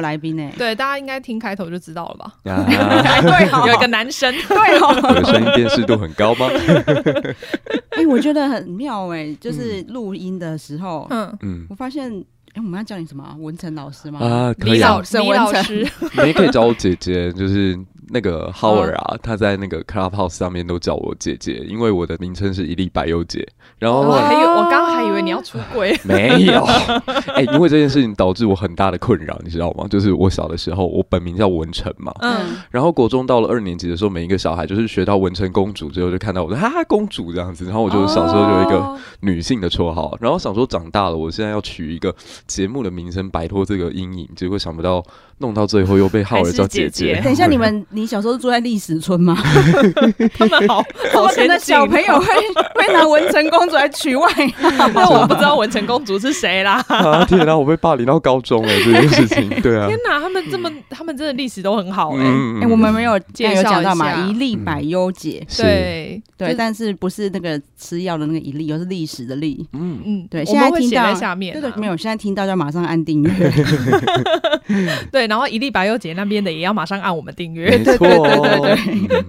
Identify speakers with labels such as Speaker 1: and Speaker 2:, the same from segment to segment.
Speaker 1: 来宾哎、
Speaker 2: 对，大家应该听开头就知道了吧？
Speaker 3: 啊，
Speaker 2: 对、有一个男生，
Speaker 1: 对
Speaker 3: 我
Speaker 1: 哦，
Speaker 3: 的声音辨识度很高吗？
Speaker 1: 哎、我觉得很妙哎、就是录音的时候，
Speaker 2: 嗯，
Speaker 3: 嗯
Speaker 1: 我发现，哎、我们要叫你什么啊？文成老师吗？
Speaker 3: 啊，可
Speaker 2: 李
Speaker 3: 以啊
Speaker 2: 老
Speaker 1: 沈
Speaker 2: 李
Speaker 1: 文
Speaker 2: 老
Speaker 1: 成
Speaker 2: 师，
Speaker 3: 你也可以叫我姐姐，就是那个 Howard 啊，他在那个 Clubhouse 上面都叫我姐姐，因为我的名称是一粒白优姐。然后
Speaker 2: 我
Speaker 3: 我
Speaker 2: 还以为
Speaker 1: 哦
Speaker 2: 我刚刚还以为你要出轨，
Speaker 3: 没有，哎、因为这件事情导致我很大的困扰，你知道吗？就是我小的时候，我本名叫文成嘛，
Speaker 2: 嗯，
Speaker 3: 然后国中到了二年级的时候，每一个小孩就是学到文成公主之后，就看到我说哈公主这样子，然后我
Speaker 2: 我
Speaker 3: 就小时候就有一个
Speaker 2: 哦
Speaker 3: 女性的绰号，然后想说长大了，我现在要取一个节目的名称摆脱这个阴影，结果想不到弄到最后又被浩
Speaker 2: 还
Speaker 3: 尔
Speaker 2: 是
Speaker 3: 叫
Speaker 2: 姐
Speaker 3: 姐
Speaker 2: 姐
Speaker 1: 等一下，你们你小时候住在历史村 吗？
Speaker 2: 他们好
Speaker 1: 怎
Speaker 2: 好
Speaker 1: 么可
Speaker 2: 先
Speaker 1: 能
Speaker 2: 进
Speaker 1: 小朋友，会会拿文成公主来取外号？
Speaker 2: 因为我不知道文成公主是谁啦。
Speaker 1: 嗯
Speaker 3: 啊天哪、我被霸凌到高中了这件事情，对 啊
Speaker 2: 天，哪，他们这么，他们真的历史都很好哎、
Speaker 3: 嗯
Speaker 1: 哎、我们没有
Speaker 2: 介绍
Speaker 1: 有讲到
Speaker 2: 一
Speaker 1: 嘛，
Speaker 2: 下
Speaker 1: 一粒百优解，
Speaker 3: 是，
Speaker 2: 对
Speaker 1: 对，
Speaker 2: 就是
Speaker 1: 但嗯是不是那个吃药的那个一粒，而是历史的历。
Speaker 3: 嗯，
Speaker 2: 嗯，
Speaker 1: 对
Speaker 2: 我
Speaker 1: 现在
Speaker 2: 们会
Speaker 1: 听
Speaker 2: 写在
Speaker 1: 到
Speaker 2: 下面啊、
Speaker 1: 对对，没有，现在听到就要马上按订 阅。
Speaker 2: 对，然后一粒白优姐那边的也要马上按我们订阅，
Speaker 3: 没错，
Speaker 1: 对对
Speaker 3: 嗯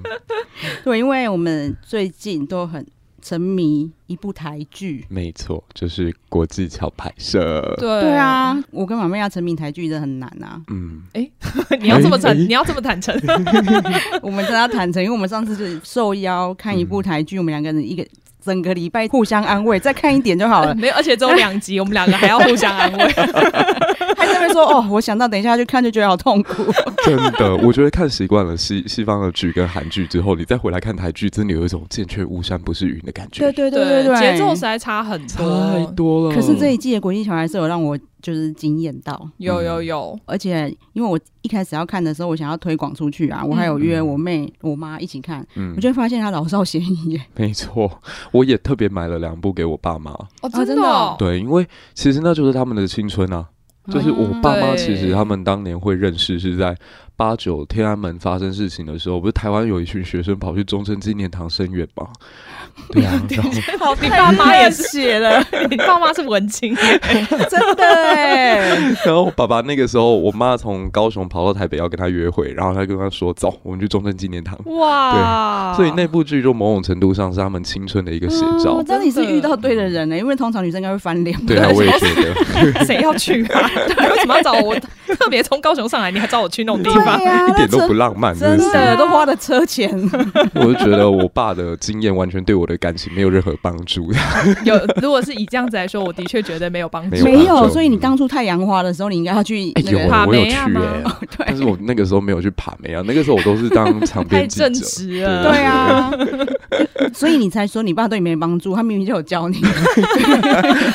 Speaker 1: 对，因为我们最近都很沉迷一部台剧。
Speaker 3: 没错，就是国际桥拍摄，。
Speaker 2: 对
Speaker 1: 对，啊，我跟马妹要沉迷台剧真的很难啊
Speaker 3: 嗯，
Speaker 2: 你要这么坦，
Speaker 3: 哎哎
Speaker 2: 你要这么坦诚，。
Speaker 1: 我们真的要坦诚，因为我们上次是受邀看一部
Speaker 3: 嗯
Speaker 1: 台剧，我们两个人一个整个礼拜互相安慰，再看一点就好了
Speaker 2: 没有，而且只有两集，我们两个还要互相安慰。
Speaker 1: 还在那边说哦，我想到等一下去看就觉得好痛苦。
Speaker 3: 真的，我觉得看习惯了西西方的剧跟韩剧之后，你再回来看台剧，真的有一种“见却巫山不是云”的感觉。
Speaker 1: 对
Speaker 2: 节奏实在差很
Speaker 3: 太
Speaker 2: 多。
Speaker 3: 多了。
Speaker 1: 可是这一季的国际小还是有让我就是惊艳到，
Speaker 2: 有有有，
Speaker 1: 而且因为我一开始要看的时候，我想要推广出去啊，我还有约我妹、我妈一起看，
Speaker 3: 嗯
Speaker 1: 我就会发现它老少咸宜耶。
Speaker 3: 没错，我也特别买了两部给我爸妈。
Speaker 2: 哦，
Speaker 1: 真的
Speaker 2: 的哦
Speaker 1: 哦，
Speaker 3: 对，因为其实那就是他们的青春啊，就是我
Speaker 1: 啊
Speaker 3: 爸妈其实他们当年会认识是在八九天安门发生事情的时候，不是台湾有一群学生跑去中正纪念堂声援吗？ 对啊，然后
Speaker 2: 好，你爸妈也是，
Speaker 1: 写了，
Speaker 2: 你爸妈是文 青，
Speaker 1: 真的哎，
Speaker 3: 然后爸爸那个时候，我妈从高雄跑到台北要跟他约会，然后他跟他说：“走，我们去中正纪念堂。”
Speaker 2: 哇！
Speaker 3: 所以那部剧就某种程度上是他们青春的一个写照。
Speaker 1: 我知道你是遇到对的人呢，欸因为通常女生应该会翻脸。
Speaker 3: 对啊，我也觉得。
Speaker 2: 谁要去 啊？你为什么要找我？特别从高雄上来，你还找我去那种地
Speaker 1: 对啊
Speaker 2: 方？
Speaker 1: 呀，
Speaker 3: 一点都
Speaker 1: 那
Speaker 3: 不浪漫，
Speaker 1: 车
Speaker 3: 真的
Speaker 1: 真
Speaker 3: 是。
Speaker 1: 的都花了车钱，
Speaker 3: 我就觉得我爸的经验完全对我的感情没有任何帮 助。
Speaker 2: 有，如果是以这样子来说，我的确觉得没有帮
Speaker 3: 没
Speaker 2: 助。
Speaker 1: 没
Speaker 3: 有吧
Speaker 1: 有，
Speaker 3: 就
Speaker 1: 所以你当初太阳花的时候，你应该要去
Speaker 3: 哎、
Speaker 1: 那
Speaker 3: 有、
Speaker 1: 个
Speaker 3: 欸、
Speaker 2: 帕
Speaker 3: 我有
Speaker 2: 梅啊
Speaker 3: 去
Speaker 2: 亚
Speaker 3: 哎、
Speaker 2: 吗
Speaker 3: 但是我那个时候没有去爬梅啊，那个时候我都是当 场
Speaker 2: 太
Speaker 3: 边记
Speaker 2: 正
Speaker 3: 者。
Speaker 2: 直了，
Speaker 1: 对啊， 所以你才说你爸对你没帮助，他明明就有教你。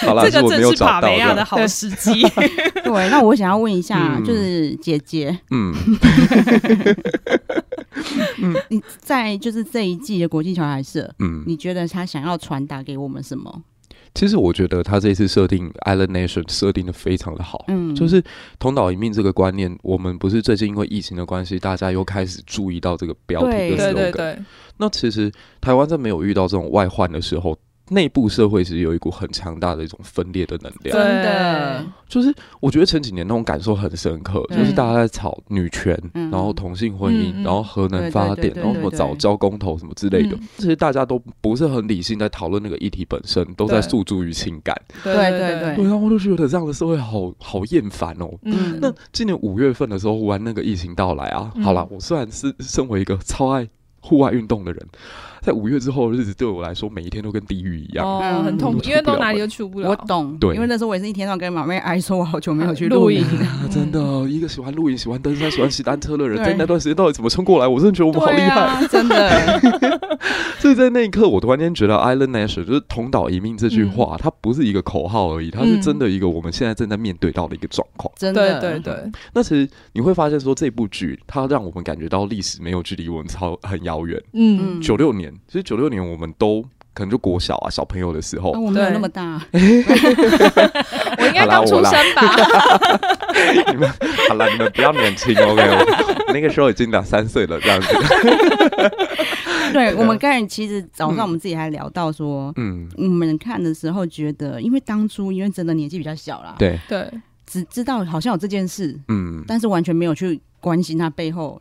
Speaker 3: 好啦，
Speaker 2: 这
Speaker 3: 是
Speaker 2: 个
Speaker 3: 我没
Speaker 2: 正
Speaker 3: 有
Speaker 2: 是
Speaker 3: 找
Speaker 2: 帕
Speaker 3: 到
Speaker 2: 梅亚的
Speaker 3: 的。
Speaker 2: 啊好时机。
Speaker 1: 对，那我想要问一下，
Speaker 3: 嗯
Speaker 1: 就是姐姐，
Speaker 3: 嗯，
Speaker 1: 你在就是这一季的国际小孩社，
Speaker 3: 嗯
Speaker 1: 你觉得他想要传达给我们什么？
Speaker 3: 其实我觉得他这次设定 Island Nation 设定的非常的好。
Speaker 1: 嗯，
Speaker 3: 就是同岛一命这个观念，我们不是最近因为疫情的关系，大家又开始注意到这个标题
Speaker 1: 对
Speaker 3: 跟 slogan。
Speaker 2: 对对对，
Speaker 3: 那其实台湾在没有遇到这种外患的时候，内部社会其实有一股很强大的一种分裂的能
Speaker 1: 真
Speaker 3: 量。
Speaker 1: 的，
Speaker 3: 就是我觉得前几年那种感受很深刻，
Speaker 1: 嗯
Speaker 3: 就是大家在吵女权，
Speaker 1: 嗯
Speaker 3: 然后同性婚姻，
Speaker 2: 嗯嗯
Speaker 3: 然后核能发
Speaker 1: 对对
Speaker 3: 电，
Speaker 1: 对
Speaker 3: 然后什么
Speaker 1: 对对
Speaker 3: 早教公投什么之类的
Speaker 2: 嗯，
Speaker 3: 其实大家都不是很理性在讨论那个议题本身，都在
Speaker 2: 对
Speaker 3: 诉诸于情感。
Speaker 2: 对嗯
Speaker 1: 对
Speaker 2: 对
Speaker 1: 对
Speaker 2: 对
Speaker 1: 对
Speaker 3: 对，然后我就觉得这样的社会好好厌烦哦。
Speaker 2: 嗯，
Speaker 3: 那今年五月份的时候，忽然那个疫情到来啊，
Speaker 2: 嗯
Speaker 3: 好啦，我虽然是身为一个超爱户外运动的人，在五月之后的日子对我来说，每一天都跟地狱一样。
Speaker 2: 哦，很痛苦，
Speaker 3: 嗯
Speaker 2: 因为都哪里都去不了。
Speaker 1: 我懂，
Speaker 3: 对
Speaker 1: 因为那时候我也是一天到晚跟马妹哀说，我好久没有去
Speaker 2: 露
Speaker 1: 露营。
Speaker 3: 啊，真的，一个喜欢露营、喜欢登山、喜欢骑单车的人，
Speaker 1: 嗯对
Speaker 3: 在那段时间到底怎么撑过来？我真的觉得我们好厉
Speaker 1: 对
Speaker 3: 害。
Speaker 1: 啊，真 的，
Speaker 3: 所以在那一刻，我突然间觉得 “Island Nation” 就是“同岛一命”这句话，它不是一个口号
Speaker 1: 嗯
Speaker 3: 而已，它是真的一个我们现在正在面对到的一个状况。
Speaker 1: 真
Speaker 2: 对
Speaker 1: 的，
Speaker 2: 对对，
Speaker 3: 那其实你会发现，说这部剧它让我们感觉到历史没有距离我们超很遥远。
Speaker 2: 嗯，
Speaker 3: 九六年，其实九六年我们都可能就国小啊小朋友的时 候
Speaker 1: 啊，我没有那么大，嗯
Speaker 2: 我应该刚出生 吧？
Speaker 3: 你们好了，你们不要年轻，OK？我那个时候已经两三岁了，这样子。
Speaker 1: 对我们刚才其实早上我们自己还聊到说，
Speaker 3: 嗯，
Speaker 1: 我们看的时候觉得，因为当初因为真的年纪比较小啦，
Speaker 3: 对，
Speaker 2: 对，
Speaker 1: 只知道好像有这件事，
Speaker 3: 嗯
Speaker 1: 但是完全没有去关心它背后。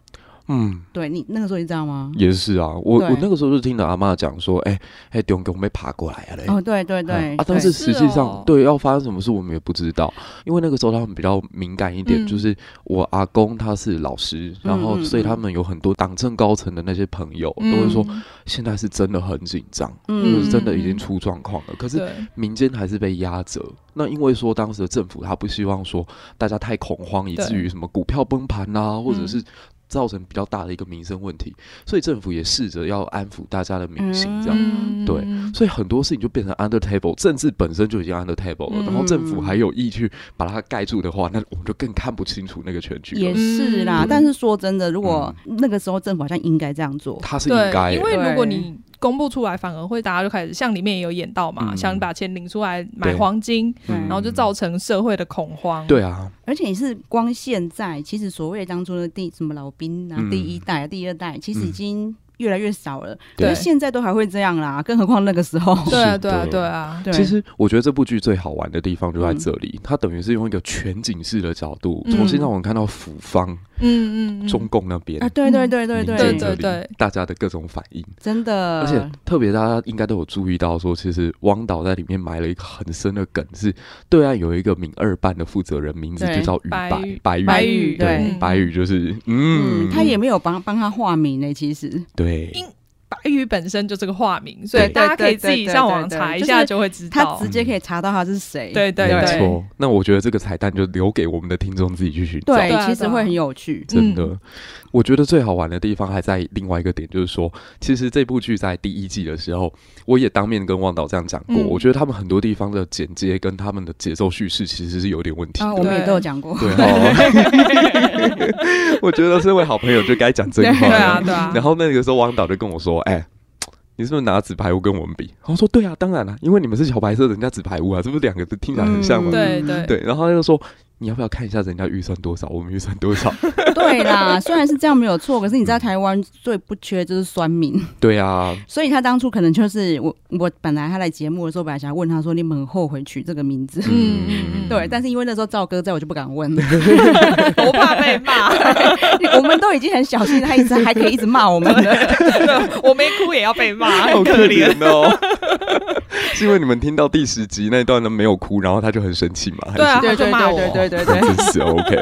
Speaker 3: 嗯，
Speaker 1: 对你那个时候你知道吗？
Speaker 3: 也是啊，
Speaker 1: 嗯
Speaker 3: 我
Speaker 1: 对
Speaker 3: 我那个时候就听了阿妈讲说，哎、哎，中共被爬过来了嘞。
Speaker 1: 哦，对对对，
Speaker 3: 啊，但
Speaker 1: 对
Speaker 3: 是实际
Speaker 2: 是
Speaker 3: 上、
Speaker 2: 哦
Speaker 3: 对要发生什么事我们也不知道，因为那个时候他们比较敏感一
Speaker 2: 嗯
Speaker 3: 点，就是我阿公他是老师，然后
Speaker 1: 嗯嗯
Speaker 3: 所以他们有很多党政高层的那些朋友、都会说
Speaker 2: 嗯，
Speaker 3: 现在是真的很紧张，就
Speaker 1: 嗯
Speaker 3: 是真的已经出状况了，可是
Speaker 2: 对，
Speaker 3: 民间还是被压着。那因为说当时的政府他不希望说大家太恐慌，以
Speaker 2: 对
Speaker 3: 至于什么股票崩盘啊，或者
Speaker 2: 嗯
Speaker 3: 是造成比较大的一个民生问题，所以政府也试着要安抚大家的民心，这样。
Speaker 2: 嗯
Speaker 3: 对所以很多事情就变成 under table，政治本身就已经 under table 了，
Speaker 2: 嗯
Speaker 3: 然后政府还有意去把它盖住的话，那我们就更看不清楚那个嗯全局
Speaker 1: 也
Speaker 3: 了。
Speaker 1: 是啦。
Speaker 2: 嗯
Speaker 1: 但是说真的，如果那个时候政府好像应该这样做，
Speaker 3: 它是应
Speaker 2: 对，
Speaker 3: 该的，
Speaker 2: 因为如果
Speaker 1: 对
Speaker 2: 你公布出来，反而会大家就开始像里面也有演到嘛，
Speaker 3: 嗯
Speaker 2: 想把钱领出来买
Speaker 3: 对
Speaker 2: 黄金，
Speaker 1: 嗯
Speaker 2: 然后就造成社会的恐慌。
Speaker 3: 对啊，
Speaker 1: 而且是光现在，其实所谓当初的第什么老兵啊
Speaker 3: 嗯，
Speaker 1: 第一代、啊、第二代，其实已经越来越少了。
Speaker 2: 对
Speaker 1: 可是现在都还会这样啦，更何况那个时候。
Speaker 2: 对啊，
Speaker 3: 是
Speaker 2: 对啊，
Speaker 3: 的
Speaker 2: 对啊，
Speaker 1: 对，
Speaker 3: 其实我觉得这部剧最好玩的地方就在
Speaker 1: 嗯
Speaker 3: 这里，它等于是用一个全景式的角度，
Speaker 2: 嗯
Speaker 3: 重新让我们看到府方、
Speaker 2: 嗯嗯嗯，
Speaker 3: 中共那边、
Speaker 1: 啊，对对对对
Speaker 3: 民
Speaker 2: 对
Speaker 1: 对，
Speaker 3: 间
Speaker 1: 呃
Speaker 3: 这
Speaker 2: 对
Speaker 3: 里
Speaker 2: 对
Speaker 3: 大家的各种反应，
Speaker 1: 真的。
Speaker 3: 而且特别大家应该都有注意到说，其实汪导在里面埋了一个很深的梗，是对岸有一个闽二办的负责人，名字
Speaker 1: 对
Speaker 3: 就叫于
Speaker 2: 白
Speaker 3: 白白宇，
Speaker 1: 白宇
Speaker 2: 宇
Speaker 1: 对
Speaker 3: 白
Speaker 2: 宇
Speaker 3: 宇就是
Speaker 1: 嗯，
Speaker 3: 嗯，
Speaker 1: 他也没有帮帮他化名呢，其实
Speaker 3: 对
Speaker 2: 因白宇本身就是个化名，所以
Speaker 3: 对
Speaker 2: 大家可以
Speaker 1: 对对
Speaker 2: 自己
Speaker 1: 对
Speaker 2: 上网
Speaker 1: 对对
Speaker 2: 查一
Speaker 1: 就是
Speaker 2: 下就会知
Speaker 1: 他
Speaker 2: 道
Speaker 1: 直。接可以查到他是谁。
Speaker 2: 对对
Speaker 3: 没
Speaker 2: 对，
Speaker 3: 错。那我觉得这个彩蛋就留给我们的听众自己去寻找。
Speaker 1: 对
Speaker 2: 对啊
Speaker 1: 其实会很有趣。
Speaker 3: 真
Speaker 2: 嗯
Speaker 3: 的，我觉得最好玩的地方还在另外一个点，就是说，其实这部剧在第一季的时候，我也当面跟汪导这样讲过，
Speaker 2: 嗯
Speaker 3: 我觉得他们很多地方的剪接跟他们的节奏叙事其实是有点问题
Speaker 2: 嗯
Speaker 1: 啊，
Speaker 3: 的。
Speaker 1: 我们也都有讲 过。
Speaker 3: 对哦， 我觉得身为好朋友就该讲真 话。
Speaker 2: 对啊，对啊
Speaker 3: 然。后那个时候汪导就跟我说：“哎、你是不是拿纸牌屋跟我们比？”然后说：“对啊，当然了、因为你们是小白色，人家纸牌屋啊，是不是两个字听起来很像嘛？”
Speaker 1: 嗯
Speaker 2: 对对
Speaker 3: 对，然后他就说：“你要不要看一下人家预算多少，我们预算多少
Speaker 1: 对啦，虽然是这样没有错，可是你
Speaker 2: 嗯
Speaker 1: 知道台湾最不缺就是酸民，？”
Speaker 3: 对啊，
Speaker 1: 所以他当初可能就是我，我本来他来节目的时候，本来想问他说你们很后悔取这个名字，
Speaker 2: 嗯嗯嗯
Speaker 1: 对，但是因为那时候赵哥在我就不敢问，
Speaker 2: 我怕被骂，
Speaker 1: 我们都已经很小心，他一直还可以一直骂我们了，
Speaker 2: 对我没哭也要被骂，
Speaker 3: 好
Speaker 2: 很
Speaker 3: 可
Speaker 2: 怜。
Speaker 3: 怜哦。 是因为你们听到第十集那一段呢没有哭，然后他就很生气嘛？还 是
Speaker 2: 对啊，他
Speaker 1: 对
Speaker 2: 就
Speaker 1: 对
Speaker 2: 骂我。
Speaker 1: 对对对对对，
Speaker 3: 真是哦 OK，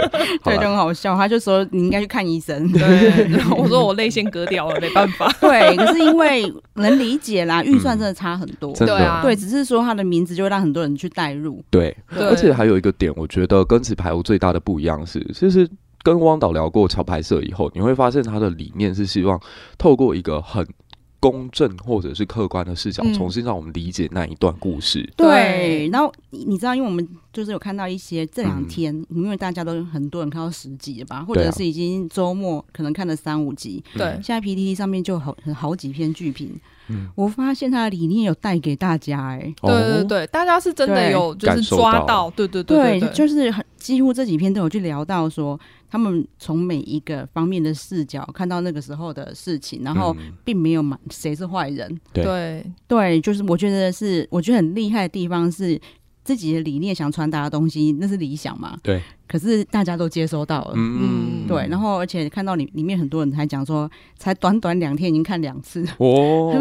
Speaker 3: 好
Speaker 1: 对，就
Speaker 3: 了，
Speaker 1: 很好笑，他就说你应该去看医 生，
Speaker 2: 对，然后我说我泪腺割掉了，没办法。
Speaker 1: 对，可是因为能理解啦，预算真的差很多，
Speaker 3: 嗯真的
Speaker 2: 对啊
Speaker 1: 对，只是说他的名字就会让很多人去代入，
Speaker 3: 对，
Speaker 2: 对
Speaker 3: 而且还有一个点，我觉得跟纸牌屋最大的不一样是，其实跟汪导聊过桥牌社以后，你会发现他的理念是希望透过一个很公正或者是客观的视角，
Speaker 2: 嗯
Speaker 3: 重新让我们理解那一段故事。
Speaker 2: 对
Speaker 1: 对，然后你你知道，因为我们就是有看到一些这两天，因为大家都很多人看到十集了吧，或
Speaker 3: 嗯对
Speaker 1: 者
Speaker 3: 啊
Speaker 1: 是已经周末可能看了三五集，
Speaker 2: 对，
Speaker 1: 现在 PTT 上面就好好几篇剧评，
Speaker 3: 嗯哦
Speaker 1: 我发现他的理念有带给大家、哎。
Speaker 2: 对对对，大家是真的
Speaker 1: 对
Speaker 2: 有就
Speaker 3: 感
Speaker 2: 是
Speaker 3: 受
Speaker 2: 抓
Speaker 3: 到
Speaker 2: 到，哦对对
Speaker 1: 对
Speaker 2: 对对，
Speaker 1: 就是很几乎这几篇都有去聊到说，他们从每一个方面的视角看到那个时候的事情，然后
Speaker 3: 嗯
Speaker 1: 并没有满谁是坏人。
Speaker 3: 对
Speaker 2: 对
Speaker 1: 对，就是我觉得是，我觉得很厉害的地方是自己的理念想传达的东西，那是理想嘛。
Speaker 3: 对，
Speaker 1: 可是大家都接收到了。
Speaker 2: 嗯
Speaker 1: 对，然后而且看到里里面很多人还讲说，才短短两天已经看两 次，
Speaker 3: 哦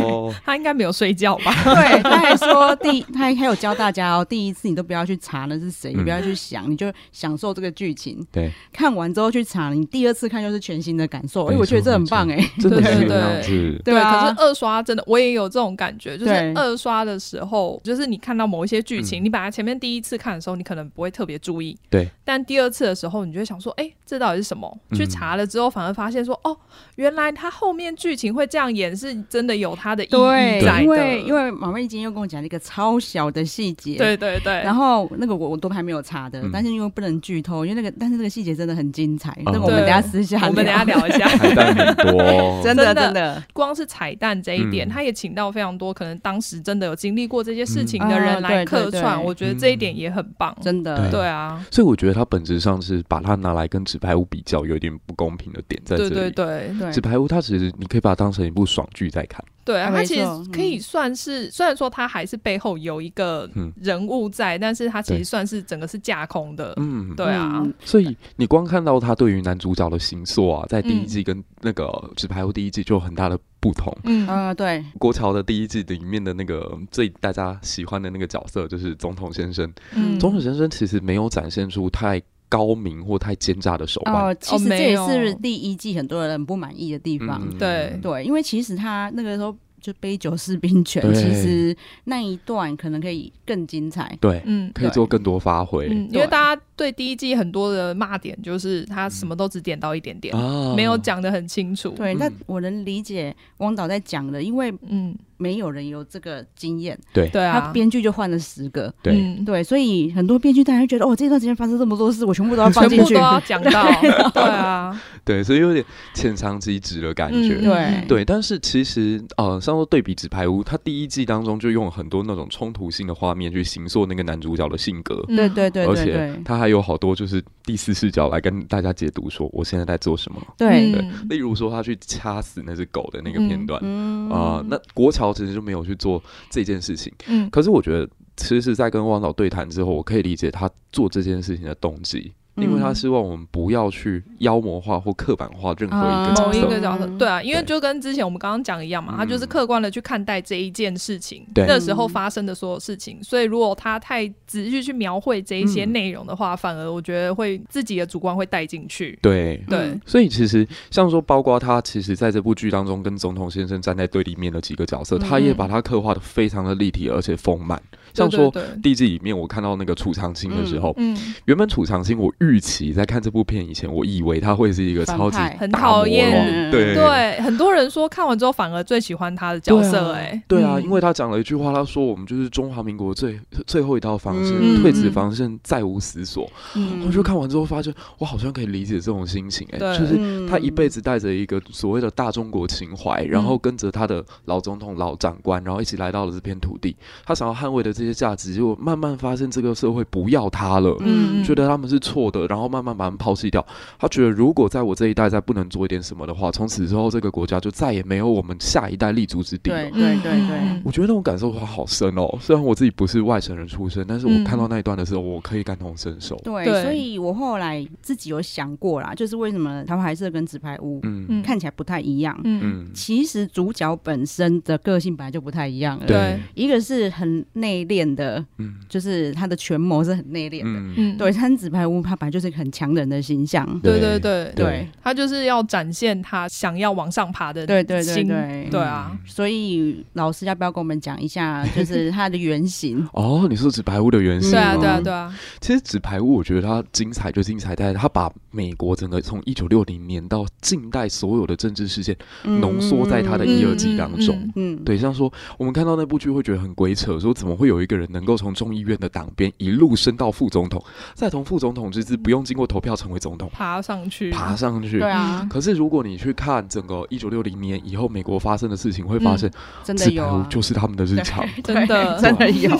Speaker 3: 哦，
Speaker 2: 他应该没有睡觉 吧？
Speaker 1: 对，他还说第他还有教大家哦，第一次你都不要去查那是谁，
Speaker 3: 嗯
Speaker 1: 你不要去想，你就享受这个剧情。
Speaker 3: 对，
Speaker 1: 看完之后去查，你第二次看又是全新的感受，
Speaker 3: 没
Speaker 1: 哎，
Speaker 3: 错
Speaker 1: 我觉得这很棒哎。
Speaker 3: 真的
Speaker 2: 对
Speaker 3: 是
Speaker 2: 对
Speaker 3: 这样
Speaker 2: 对
Speaker 3: 子。
Speaker 1: 对
Speaker 2: 可
Speaker 1: 啊
Speaker 2: 是二刷真的，我也有这种感觉，就是
Speaker 1: 对
Speaker 2: 二刷的时候，就是你看到某一些剧情，你把它前面第一次看的时候，你可能不会特别注意，
Speaker 3: 对。
Speaker 2: 但第二次的时候，你就会想说，哎、这到底是什么？
Speaker 3: 嗯
Speaker 2: 去查了之后，反而发现说，哦，原来它后面剧情会这样演，是真的有它的意义在的。
Speaker 1: 因为因为马妹今天又跟我讲了一个超小的细节，，
Speaker 2: 对对对，
Speaker 1: 然后那个我我都还没有查的
Speaker 3: 嗯，
Speaker 1: 但是因为不能剧透，因为那个但是那个细节真的很精彩，那
Speaker 3: 哦
Speaker 1: 个我们等
Speaker 2: 对
Speaker 1: 一下私下
Speaker 2: 我们等一下
Speaker 1: 聊，
Speaker 2: 聊一下。
Speaker 3: 彩蛋很多哦，
Speaker 1: 真的
Speaker 2: 真的
Speaker 1: 真的
Speaker 2: 光是彩蛋这一点，
Speaker 3: 嗯
Speaker 2: 他也请到非常多可能当时真的有经历过这些事情的
Speaker 1: 嗯
Speaker 2: 人
Speaker 1: 啊对对
Speaker 2: 来客串，
Speaker 1: 对嗯
Speaker 2: 我觉得这一点也很棒。
Speaker 1: 真的，
Speaker 2: 对啊，
Speaker 3: 所以我觉得它本质上是把它拿来跟纸牌屋比较，有点不公平的点在这
Speaker 2: 对对
Speaker 3: 里。
Speaker 2: 对
Speaker 1: 对
Speaker 3: 纸牌屋它其实你可以把它当成一部爽剧在看，
Speaker 2: 对啊，
Speaker 1: 啊
Speaker 2: 他
Speaker 1: 没
Speaker 2: 其实
Speaker 1: 错
Speaker 2: 可以算是，虽然说他还是背后有一个
Speaker 3: 嗯
Speaker 2: 人物在，但是他其实
Speaker 3: 对
Speaker 2: 算是整个是架空的。
Speaker 3: 嗯，
Speaker 2: 对啊，
Speaker 1: 嗯
Speaker 3: 所以你光看到他对于男主角的行塑啊，在第一
Speaker 2: 嗯
Speaker 3: 季跟那个《纸牌屋》第一季就有很大的不同。
Speaker 2: 嗯，
Speaker 1: 呃，对，
Speaker 3: 国桥的第一季里面的那个最大家喜欢的那个角色就是总统先生，
Speaker 2: 嗯
Speaker 3: 总统先生其实没有展现出太高明或太奸诈的手腕。
Speaker 1: 哦，其实这
Speaker 2: 没
Speaker 1: 也
Speaker 2: 有
Speaker 1: 是第一季很多人不满意的地方。
Speaker 3: 嗯
Speaker 2: 对
Speaker 1: 对，因为其实他那个时候就杯酒释兵权，
Speaker 3: 对
Speaker 1: 其实那一段可能可以更精彩。
Speaker 3: 对，
Speaker 2: 嗯
Speaker 3: 可以做更多发挥
Speaker 2: 嗯，因为
Speaker 1: 对
Speaker 2: 大家对第一季很多的骂点就是他什么都只点到一点点，
Speaker 3: 嗯啊
Speaker 2: 没有讲的很清楚。，
Speaker 1: 对，
Speaker 3: 嗯
Speaker 1: 那我能理解汪导在讲的，因为
Speaker 2: 嗯，
Speaker 1: 没有人有这个经验，
Speaker 2: 对
Speaker 1: 他
Speaker 2: 啊，
Speaker 1: 编剧就换了十个。
Speaker 3: 对，
Speaker 2: 嗯，
Speaker 1: 对，所以很多编剧大家会觉得，哦，这段时间发生这么多事，我全部都要放
Speaker 2: 全
Speaker 1: 进
Speaker 2: 部
Speaker 1: 去
Speaker 2: 都。要讲到。对啊，
Speaker 3: 对，所以有点浅尝即止的感
Speaker 2: 嗯
Speaker 3: 觉。
Speaker 1: 对
Speaker 3: 对，但是其实呃，上周对比《纸牌屋》，它第一季当中就用很多那种冲突性的画面去形塑那个男主角的性格，
Speaker 2: 嗯
Speaker 1: 对对嗯对
Speaker 3: 而
Speaker 1: 对
Speaker 3: 且
Speaker 1: 对
Speaker 3: 他还有好多就是第四视角来跟大家解读说我现在在做什么。
Speaker 1: 对，
Speaker 2: 嗯
Speaker 3: 例如说他去掐死那只狗的那个片段
Speaker 1: 嗯
Speaker 3: 啊、那国桥其实就没有去做这件事情。
Speaker 2: 嗯
Speaker 3: 可是我觉得，其实，在跟汪导对谈之后，我可以理解他做这件事情的动机。因为他
Speaker 1: 嗯
Speaker 3: 希望我们不要去妖魔化或刻板化任何一个
Speaker 1: 嗯
Speaker 2: 啊某
Speaker 3: 角
Speaker 2: 一
Speaker 3: 色，
Speaker 2: 个角色，
Speaker 1: 嗯
Speaker 2: 对啊，因为
Speaker 3: 对
Speaker 2: 就跟之前我们刚刚讲一样嘛，
Speaker 3: 嗯
Speaker 2: 他就是客观的去看待这一件事情，
Speaker 3: 对
Speaker 2: 那时候发生的所有事情，所以如果他太仔细去描绘这一些
Speaker 3: 嗯
Speaker 2: 内容的话，反而我觉得会自己的主观会带进去，
Speaker 3: 对，
Speaker 2: 对，
Speaker 3: 所以其实像说，包括他其实在这部剧当中跟总统先生站在对立面的几个角色，
Speaker 2: 嗯
Speaker 3: 他也把他刻画的非常的立体而且丰满。
Speaker 2: 对
Speaker 3: 像说
Speaker 2: 对对
Speaker 3: 第一季里面，我看到那个储藏星的时候，
Speaker 2: 嗯，
Speaker 3: 原本储藏星我预期在看这部片以前，我以为他会是一个超级
Speaker 1: 反派
Speaker 2: 很
Speaker 3: 大
Speaker 2: 讨
Speaker 3: 魔
Speaker 2: 厌
Speaker 3: 王，对
Speaker 2: 对，很多人说看完之后反而最喜欢他的角色，
Speaker 3: 对啊
Speaker 2: 哎，
Speaker 3: 对啊，
Speaker 2: 嗯
Speaker 3: 因为他讲了一句话，他说我们就是中华民国最最后一道防线，
Speaker 1: 嗯
Speaker 3: 退子防线再无死所。
Speaker 1: 嗯
Speaker 3: 我就看完之后发现，我好像可以理解这种心情、欸，
Speaker 2: 对
Speaker 3: 就是
Speaker 1: 嗯
Speaker 3: 他一辈子带着一个所谓的大中国情怀，然
Speaker 2: 嗯
Speaker 3: 后跟着他的老总统、老长官，然后一起来到了这片土地。他想要捍卫的这些价值，结果慢慢发现这个社会不要他了，
Speaker 2: 嗯
Speaker 3: 觉得他们是错的，然后慢慢把他们抛弃掉。他觉得如果在我这一代再不能做一点什么的话，从此之后这个国家就再也没有我们下一代立足之地了
Speaker 1: 对。对对
Speaker 2: 嗯
Speaker 1: 对，
Speaker 3: 我觉得那种感受哇好深哦，虽然我自己不是外省人出身，但是我
Speaker 2: 嗯
Speaker 3: 看到那一段的时候，我可以感同身受。
Speaker 2: 对
Speaker 1: 对，所以我后来自己有想过啦，就是为什么《桃海社》跟《纸牌屋》
Speaker 3: 嗯
Speaker 1: 看起来不太一样。
Speaker 2: 嗯，
Speaker 3: 嗯，
Speaker 1: 其实主角本身的个性本来就不太一样了，
Speaker 2: 对
Speaker 3: 对，
Speaker 1: 一个是很内敛的，
Speaker 3: 嗯
Speaker 1: 就是他的权谋是很内敛的，
Speaker 3: 嗯，
Speaker 2: 嗯，
Speaker 1: 对，但纸牌屋他本来就是一个很强人的形象，
Speaker 2: 对对对
Speaker 3: 对？
Speaker 1: 对
Speaker 2: 他就是要展现他想要往上爬的
Speaker 1: 对对对
Speaker 2: 心，
Speaker 1: 对
Speaker 2: 对啊，
Speaker 1: 所以老师要不要跟我们讲一下，就是他的原型
Speaker 3: 哦，你说纸牌屋的原型
Speaker 2: 对
Speaker 3: 吗？
Speaker 2: 啊对啊对啊，
Speaker 3: 其实纸牌屋，我觉得它精彩就精彩在它把美国整个从一九六零年到近代所有的政治事件 浓缩在它的一
Speaker 2: 嗯
Speaker 3: 二季当中。
Speaker 2: 嗯
Speaker 1: 嗯，
Speaker 3: 对，像说我们看到那部剧会觉得很鬼扯，说怎么会有一个人能够从众议院的党鞭一路升到副总统，再从副总统之资不用经过投票成为总统，
Speaker 2: 爬上去，
Speaker 3: 爬上去
Speaker 1: 对。啊，
Speaker 3: 可是如果你去看整个一九六零年以后美国发生的事情，会
Speaker 2: 嗯
Speaker 3: 发现
Speaker 1: 真的
Speaker 3: 纸
Speaker 1: 有
Speaker 3: 牌
Speaker 1: 啊
Speaker 3: 屋，就是他们的日常。
Speaker 1: 对
Speaker 2: 真 的
Speaker 1: 真的有，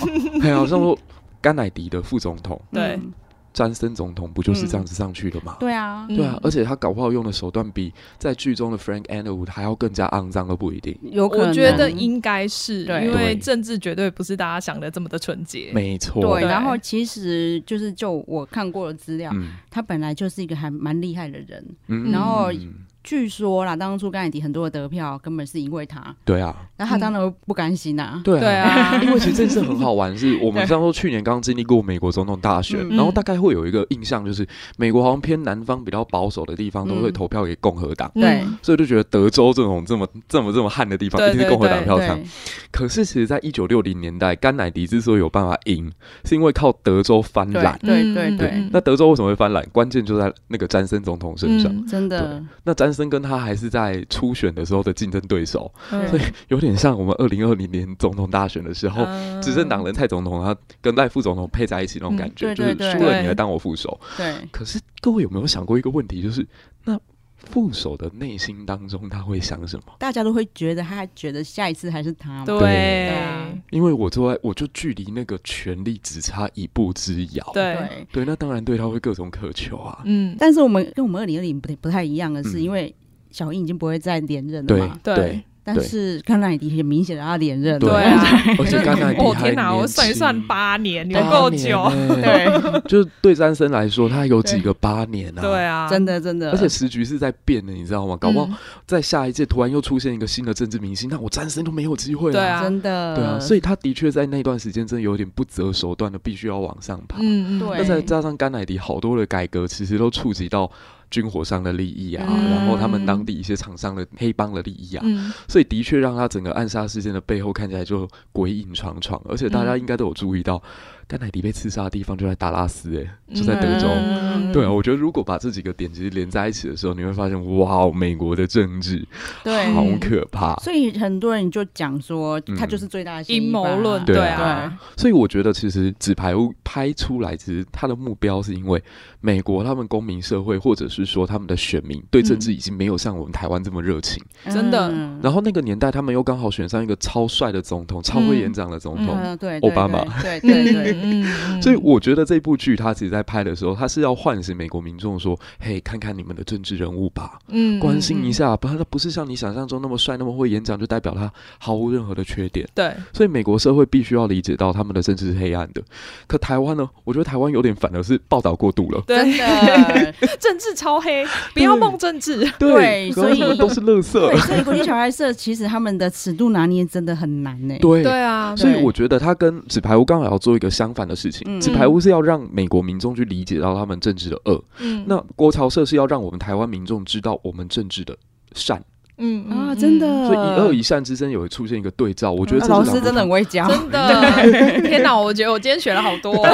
Speaker 3: 还有像说甘乃迪的副总统
Speaker 2: 对
Speaker 1: 嗯
Speaker 3: 詹森总统，不就是这样子上去的吗？
Speaker 1: 对啊，
Speaker 2: 嗯
Speaker 3: 对啊，而且他搞不好用的手段比在剧中的 Frank Underwood 还要更加肮脏都不一定。
Speaker 1: 有可能
Speaker 2: 我觉得应该是，
Speaker 1: 对
Speaker 2: 因为
Speaker 3: 对
Speaker 2: 政治绝对不是大家想的这么的纯洁。
Speaker 3: 没错，
Speaker 1: 对，啊
Speaker 2: 对
Speaker 1: 然后其实就是就我看过的资料，
Speaker 3: 嗯
Speaker 1: 他本来就是一个还蛮厉害的人。
Speaker 3: 嗯
Speaker 1: 然后
Speaker 3: 嗯
Speaker 1: 据说啦，当初甘乃迪很多的得票根本是因为他，
Speaker 3: 对啊，
Speaker 1: 那
Speaker 2: 嗯
Speaker 1: 他当然不甘心呐、
Speaker 3: 对
Speaker 2: 对
Speaker 3: 啊。
Speaker 2: 啊，
Speaker 3: 因为其实这次很好玩，是我们像说去年刚经历过美国总统大选，
Speaker 1: 嗯
Speaker 3: 然后大概会有一个印象，就是美国好像偏南方比较保守的地方都
Speaker 1: 嗯
Speaker 3: 会投票给共和党，
Speaker 2: 嗯
Speaker 1: 对
Speaker 3: 所以就觉得德州这种这么这么这么悍的地方，
Speaker 2: 对
Speaker 3: 一定是共和党票仓。
Speaker 1: 对，
Speaker 3: 可是其实，在一九六零年代，甘乃迪之所以有办法赢，是因为靠德州翻
Speaker 1: 对
Speaker 3: 揽。
Speaker 1: 对
Speaker 2: 嗯
Speaker 1: 对
Speaker 2: 嗯
Speaker 1: 对，
Speaker 3: 那德州为什么会翻栏？关键就在那个詹森总统身上。
Speaker 2: 嗯
Speaker 1: 真的，
Speaker 3: 那詹森跟他还是在初选的时候的竞争对手，
Speaker 2: 嗯
Speaker 1: 所以
Speaker 3: 有点像我们二零二零年总统大选的时候，
Speaker 2: 嗯
Speaker 3: 哦执政党人蔡总统他跟赖副总统配在一起那种感觉，
Speaker 1: 嗯对对
Speaker 3: 就是
Speaker 1: 对
Speaker 3: 输了
Speaker 2: 对
Speaker 3: 你来当我副手。
Speaker 1: 对，
Speaker 3: 可是各位有没有想过一个问题，就是那副手的内心当中他会想什么？
Speaker 1: 大家都会觉得他觉得下一次还是他嘛，
Speaker 2: 对
Speaker 1: 啊
Speaker 3: 因为我坐在我就距离那个权力只差一步之遥。
Speaker 2: 对，
Speaker 1: 对。
Speaker 3: 对，那当然对他会各种渴求啊。
Speaker 2: 嗯，
Speaker 1: 但是我们跟我们二零二零不太不太一样的是，
Speaker 3: 嗯
Speaker 1: 因为小英已经不会再连任了
Speaker 3: 对
Speaker 2: 嗯
Speaker 1: 嘛，
Speaker 2: 对，
Speaker 1: 但是甘乃迪很明显的他连任了，
Speaker 3: 对
Speaker 2: 啊，
Speaker 3: 而且甘乃 迪
Speaker 2: 哦
Speaker 3: 还
Speaker 2: 天哪，
Speaker 3: 年
Speaker 2: 我算一算
Speaker 3: 轻
Speaker 2: 八年，有
Speaker 1: 对
Speaker 2: 够
Speaker 3: 八年
Speaker 2: 久，
Speaker 3: 欸
Speaker 1: 对，
Speaker 3: 就是对詹森来说，他有几个八年啊？
Speaker 2: 对。啊，
Speaker 1: 真的真的，
Speaker 3: 而且时局是在变的，你知道吗？搞不好
Speaker 2: 嗯
Speaker 3: 在下一届突然又出现一个新的政治明星，那我詹森都没有机会
Speaker 2: 对
Speaker 3: 了。
Speaker 2: 啊
Speaker 1: 真的，
Speaker 3: 对啊，所以他的确在那段时间真的有点不择手段的，必须要往上爬。
Speaker 2: 嗯嗯，
Speaker 1: 对
Speaker 3: 那再加上甘乃迪好多的改革，其实都触及到军火商的利益啊，
Speaker 2: 嗯
Speaker 3: 然后他们当地一些厂商的黑帮的利益啊，
Speaker 2: 嗯，
Speaker 3: 所以的确让他整个暗杀事件的背后看起来就鬼影幢幢。而且大家
Speaker 2: 嗯
Speaker 3: 应该都有注意到，甘乃迪被刺杀的地方就在达拉斯、欸，就在
Speaker 2: 嗯
Speaker 3: 德州。
Speaker 2: 嗯
Speaker 3: 对啊，我觉得如果把这几个点其实连在一起的时候，你会发现，哇，美国的政治
Speaker 1: 对，
Speaker 3: 好可怕。
Speaker 1: 所以很多人就讲说
Speaker 3: 嗯
Speaker 1: 他就是最大的嫌疑
Speaker 2: 阴谋
Speaker 1: 犯啊
Speaker 2: 论，
Speaker 3: 对
Speaker 2: 对
Speaker 1: 对
Speaker 2: 啊，
Speaker 3: 所以我觉得，其实纸牌屋拍出来，其实它的目标是因为美国他们公民社会，或者是说他们的选民对政治已经没有像我们台湾这么热情。
Speaker 2: 真的
Speaker 1: 嗯
Speaker 3: 然后那个年代，他们又刚好选上一个超帅的总统，超会演讲的总统。
Speaker 1: 嗯，对，
Speaker 3: 奥巴马
Speaker 1: 对，对对 对，
Speaker 2: 嗯，嗯
Speaker 3: 所以我觉得这部剧它其实在拍的时候，它是要唤醒美国民众说：“嘿，看看你们的政治人物吧，
Speaker 2: 嗯
Speaker 3: 关心一，下吧。他不是像你想象中那么帅、那么会演讲，就代表他毫无任何的缺点。”
Speaker 2: 嗯 嗯
Speaker 3: 所以美国社会必须要理解到他们的政治是黑暗的。可台湾呢？我觉得台湾有点反而是报道过度了。
Speaker 2: 对
Speaker 1: 真
Speaker 2: 对，
Speaker 1: 的，
Speaker 2: 政治超黑，不要梦政治，
Speaker 1: 对
Speaker 3: 可是
Speaker 1: 所以
Speaker 3: 都是垃
Speaker 1: 对，
Speaker 3: 圾。
Speaker 1: 所以国际小孩社其实他们的尺度拿捏真的很难呢。
Speaker 3: 对。
Speaker 2: 对啊，
Speaker 3: 所以
Speaker 1: 对
Speaker 3: 我觉得它跟纸牌屋刚好要做一个相反的事情。
Speaker 1: 嗯
Speaker 3: 纸牌屋是要让美国民众去理解到他们政治的恶，
Speaker 2: 嗯
Speaker 3: 那国潮社是要让我们台湾民众知道我们政治的善，
Speaker 2: 嗯
Speaker 1: 啊，
Speaker 2: 嗯
Speaker 1: 真的，
Speaker 3: 所以一恶一善之间有出现一个对照。我觉得这
Speaker 1: 啊
Speaker 3: 是
Speaker 1: 老
Speaker 3: 两
Speaker 1: 师
Speaker 3: 部
Speaker 1: 真的很会教，
Speaker 2: 真的，天哪！我觉得我今天学了好 多哦，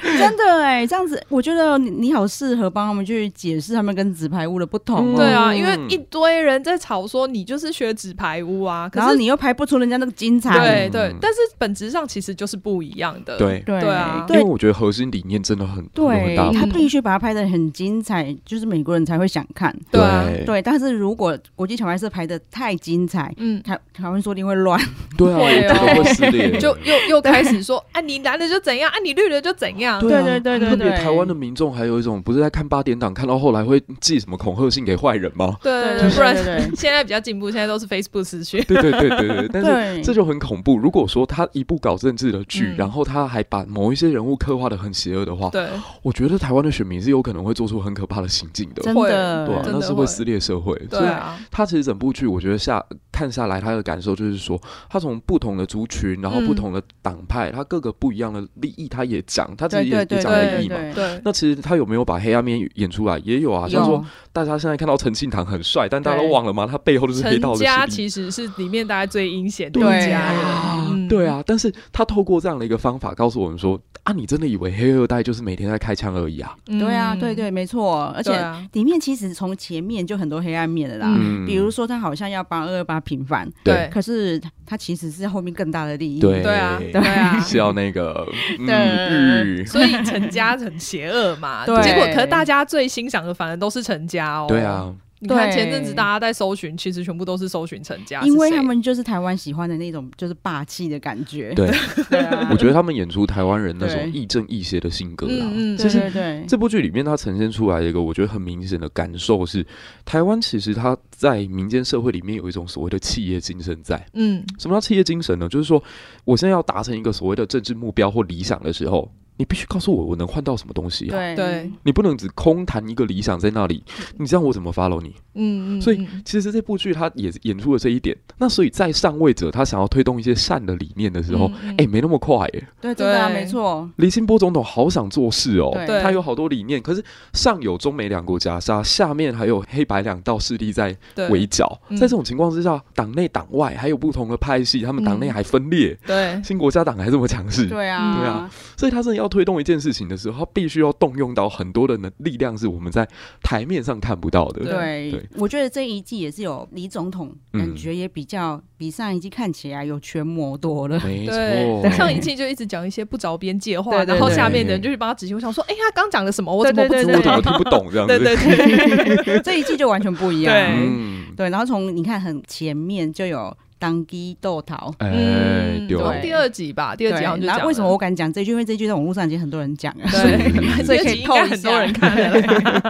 Speaker 1: 真的哎，这样子我觉得你你好适合帮他们去解释他们跟纸牌屋的不同哦。
Speaker 2: 对
Speaker 3: 嗯
Speaker 2: 啊，因为一堆人在吵说你就是学纸牌屋啊，可
Speaker 1: 然后
Speaker 2: 是
Speaker 1: 你又拍不出人家那个精彩，
Speaker 2: 对对
Speaker 3: 嗯，
Speaker 2: 但是本质上其实就是不一样的，
Speaker 3: 对，
Speaker 1: 对
Speaker 2: 对啊
Speaker 3: 因为
Speaker 1: 对
Speaker 3: 我觉得核心理念真的很有很
Speaker 1: 对
Speaker 3: 大
Speaker 2: 嗯，
Speaker 1: 他必须把它拍的很精彩，就是美国人才会想看。
Speaker 2: 对啊
Speaker 1: 对，但是如果国际小白社拍的太精彩，
Speaker 2: 嗯。
Speaker 1: 台台湾说不定会乱。
Speaker 3: 对啊，我
Speaker 2: 会
Speaker 3: 觉
Speaker 2: 哦
Speaker 3: 得会撕 裂。
Speaker 2: 就又又开始说，啊，你蓝的就怎样，啊，你绿的就怎样，
Speaker 3: 对啊
Speaker 1: 对对对
Speaker 3: 特
Speaker 1: 对
Speaker 3: 别
Speaker 1: 对，
Speaker 3: 台湾的民众还有一种不是在看八点档，看到后来会寄什么恐吓信给坏人吗？
Speaker 2: 对对
Speaker 1: 对
Speaker 2: 对，
Speaker 1: 对
Speaker 2: 不然
Speaker 1: 对对
Speaker 2: 现在比较进步，现在都是 Facebook 私讯，
Speaker 3: 对对对对对，但是
Speaker 1: 对
Speaker 3: 这就很恐怖。如果说他一部搞政治的剧，
Speaker 2: 嗯
Speaker 3: 然后他还把某一些人物刻画的很邪恶的话，
Speaker 2: 对，
Speaker 3: 我觉得台湾的选民是有可能会做出很可怕的行径的，
Speaker 1: 真
Speaker 2: 会
Speaker 1: 的
Speaker 3: 对啊，
Speaker 2: 真的
Speaker 3: 那是
Speaker 2: 会
Speaker 3: 会撕裂社会。
Speaker 2: 对
Speaker 3: 所以
Speaker 2: 啊，
Speaker 3: 他其实整部剧，我觉得下看下来，他的感受就是说，他从不同的族群，然后不
Speaker 2: 嗯
Speaker 3: 同的党派，他各个不一样的利益，他也讲，他自
Speaker 1: 对
Speaker 3: 己也
Speaker 1: 对对
Speaker 3: 也讲了
Speaker 1: 对
Speaker 3: 利益嘛。
Speaker 1: 对，
Speaker 2: 对，
Speaker 3: 那其实他有没有把黑暗面演出来？也有啊，像说
Speaker 1: 有
Speaker 3: 大家现在看到陈庆堂很帅，但大家都
Speaker 1: 对
Speaker 3: 忘了吗？他背后就是黑道
Speaker 2: 陈
Speaker 3: 的
Speaker 2: 家
Speaker 3: 势力。
Speaker 2: 其实是里面大家最阴险的
Speaker 1: 对
Speaker 2: 一家
Speaker 1: 啊
Speaker 2: 人，
Speaker 3: 对
Speaker 2: 啊，
Speaker 3: 啊，但是他透过这样的一个方法告诉我们说：啊，你真的以为黑二代就是每天在开枪而已啊？
Speaker 2: 嗯
Speaker 1: 对啊，对，对，没错，而
Speaker 2: 对
Speaker 1: 且
Speaker 2: 啊
Speaker 1: 里面其实从前面就很多黑暗面的啦。
Speaker 2: 嗯
Speaker 1: 比如说，他好像要帮二二八平反，
Speaker 2: 对
Speaker 1: 可是他其实是后面更大的利益。
Speaker 3: 对
Speaker 2: 对啊，对啊，
Speaker 3: 是要那个嗯
Speaker 1: 对
Speaker 3: 欲
Speaker 2: 所以陈家很邪恶嘛，
Speaker 1: 对
Speaker 2: 结果可是大家最欣赏的反而都是陈家哦。
Speaker 3: 对，啊，
Speaker 2: 你看
Speaker 1: 对
Speaker 2: 前阵子大家在搜寻，其实全部都是搜寻陈家，
Speaker 1: 因为
Speaker 2: 啊是谁
Speaker 1: 他们就是台湾喜欢的那种，就是霸气的感觉。
Speaker 3: 对，
Speaker 1: 对啊，
Speaker 3: 我觉得他们演出台湾人那
Speaker 1: 对
Speaker 3: 种亦正亦邪的性格啊，
Speaker 2: 嗯嗯
Speaker 3: 其
Speaker 1: 对
Speaker 3: 实
Speaker 1: 对对，
Speaker 3: 这部剧里面，它呈现出来一个我觉得很明显的感受是，台湾其实它在民间社会里面有一种所谓的企业精神在。
Speaker 2: 嗯
Speaker 3: 什么叫企业精神呢？就是说，我现在要达成一个所谓的政治目标或理想的时候，你必须告诉我我能换到什么东西啊！
Speaker 1: 对
Speaker 2: 对
Speaker 3: 你不能只空谈一个理想在那里，你这样我怎么 follow 你？
Speaker 2: 嗯嗯，
Speaker 3: 所以
Speaker 2: 嗯
Speaker 3: 其实这部剧它也演出了这一点。那所以在上位者他想要推动一些善的理念的时候，哎、
Speaker 2: 嗯嗯
Speaker 3: 没那么快耶、
Speaker 1: 对真的啊
Speaker 2: 对
Speaker 1: 没错，
Speaker 3: 李清波总统好想做事哦，
Speaker 1: 对
Speaker 3: 他有好多理念，可是上有中美两国夹杀，下面还有黑白两道势力在
Speaker 2: 对
Speaker 3: 围剿。
Speaker 2: 嗯
Speaker 3: 在这种情况之下，党内党外还有不同的派系，他们党内
Speaker 2: 嗯
Speaker 3: 还分裂，
Speaker 2: 对
Speaker 3: 新国家党还这么强势。
Speaker 1: 对啊，
Speaker 3: 对啊，所以他真的要推动一件事情的时候，他必须要动用到很多的能力量，是我们在台面上看不到的。
Speaker 1: 对，
Speaker 3: 对啊
Speaker 1: 我觉得这一季也是有李总统，
Speaker 3: 嗯
Speaker 1: 感觉也比较比上一季看起来有权谋多了。
Speaker 3: 没
Speaker 2: 对，
Speaker 3: 错，
Speaker 2: 上一期就一直讲一些不着边际的话，
Speaker 1: 对对
Speaker 2: 然后
Speaker 3: 对
Speaker 2: 下面的人就去帮他指挥，我想说，哎，他刚讲了什么？我怎么不
Speaker 1: 对
Speaker 2: 知
Speaker 1: 对
Speaker 3: 我怎
Speaker 2: 道
Speaker 3: 么？听不懂这样
Speaker 2: 对
Speaker 3: 子？
Speaker 2: 对 对，
Speaker 1: 这一季就完全不一样。
Speaker 2: 对
Speaker 3: 嗯，
Speaker 1: 对，然后从你看很前面就有当机斗逃。
Speaker 3: 哎，
Speaker 2: 嗯
Speaker 3: 对，
Speaker 2: 好像第二集吧，第二集好像就
Speaker 1: 对然
Speaker 2: 讲
Speaker 1: 后
Speaker 2: 了。
Speaker 1: 为什么我敢讲这句？因为这句在网络上已经很多人讲了。
Speaker 2: 对，
Speaker 1: 所以
Speaker 2: 这
Speaker 1: 可以
Speaker 2: 集应
Speaker 1: 透
Speaker 2: 该
Speaker 1: 一
Speaker 2: 很
Speaker 1: 下
Speaker 2: 多 人看了啦。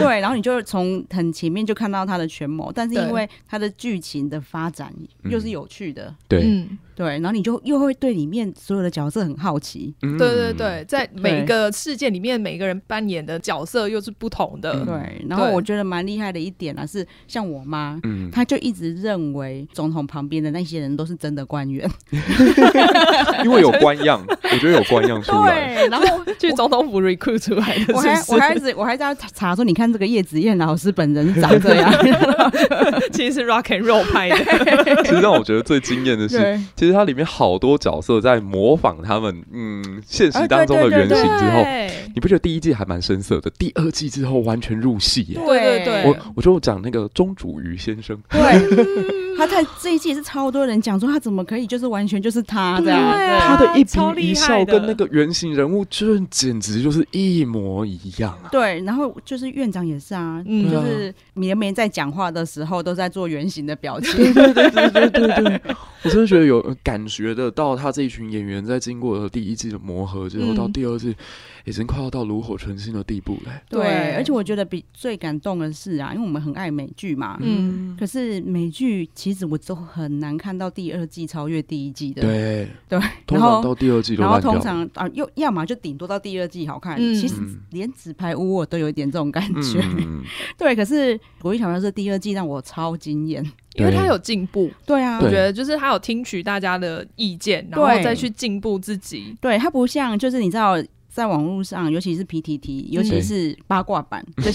Speaker 1: 对，然后你就从很前面就看到他的权谋，但是
Speaker 2: 对
Speaker 1: 因为他的剧情的发展又是有趣的，
Speaker 3: 对，
Speaker 2: 嗯，
Speaker 1: 对，然后你就又会对里面所有的角色很好奇。
Speaker 3: 嗯
Speaker 2: 对对，对，在每一个事件里面，每一个人扮演的角色又是不同的。
Speaker 3: 嗯
Speaker 1: 对，然后
Speaker 2: 对
Speaker 1: 我觉得蛮厉害的一点啊，是像我妈，
Speaker 3: 嗯，
Speaker 1: 她就一直认为总统旁边的那些人都是真的官员。
Speaker 3: 嗯因为有官样，我觉得有官样出来，
Speaker 1: 对，然后
Speaker 2: 去总统府 recruit 出来的，
Speaker 1: 我还
Speaker 2: 是
Speaker 1: 我
Speaker 2: 不
Speaker 1: 还一直我还在查说，你看这个叶子燕老师本人是长这样。
Speaker 2: 是其实是 rock and roll 拍的，
Speaker 3: 其实让我觉得最惊艳的是，
Speaker 1: 对，
Speaker 3: 其实它里面好多角色在模仿他们，嗯，现实当中的
Speaker 1: 啊对
Speaker 3: 原
Speaker 1: 对
Speaker 3: 型
Speaker 1: 对
Speaker 3: 之后，
Speaker 2: 对
Speaker 3: 你不觉得第一季还蛮生涩的，第二季之后完全入戏耶？
Speaker 2: 对对对
Speaker 3: 我我就讲那个钟祖瑜先生，
Speaker 1: 对， 他在这一季也是超多人讲说他怎么可以就是完全就是他这样。
Speaker 2: 对啊
Speaker 3: 他的一
Speaker 2: 超
Speaker 3: 颦
Speaker 2: 厉害
Speaker 3: 一笑
Speaker 2: 的
Speaker 3: 跟那个原型人物，这简直就是一模一样啊！
Speaker 1: 对，然后就是院长也是啊，
Speaker 2: 嗯
Speaker 1: 就是绵绵在讲话的时候都在做圆形的表情。
Speaker 3: 对对对对对对，我真的觉得有呃感觉得到，他这一群演员在经过了第一季的磨合之后，
Speaker 2: 嗯
Speaker 3: 到第二季已经快要到炉火纯青的地步嘞。
Speaker 1: 对，而且
Speaker 2: 我
Speaker 1: 我觉得比最感动的是啊，因为我们很爱美剧嘛，
Speaker 2: 嗯
Speaker 1: 可是美剧其实我都很难看到第二季超越第一季的。
Speaker 3: 对，
Speaker 1: 对，
Speaker 3: 通
Speaker 1: 然
Speaker 3: 常
Speaker 1: 后
Speaker 3: 到第二季都
Speaker 1: 然后
Speaker 3: 烂掉
Speaker 1: 通
Speaker 3: 了。
Speaker 1: 常啊，又要么就顶多到第二季好看，
Speaker 2: 嗯
Speaker 1: 其实
Speaker 3: 嗯
Speaker 1: 连纸牌屋我都有一点这种感 觉。
Speaker 3: 嗯，
Speaker 1: 对，可是《国际小说》是第二季让我超惊艳。
Speaker 2: 因为
Speaker 3: 对
Speaker 2: 他有进步，
Speaker 1: 对啊，
Speaker 2: 我
Speaker 3: 对
Speaker 2: 觉得就是他有听取大家的意见，然后
Speaker 1: 对
Speaker 2: 再去进步自己。
Speaker 1: 对，它不像就是你知道。在网络上，尤其是 PTT，尤
Speaker 3: 嗯
Speaker 1: 其是 八卦版，最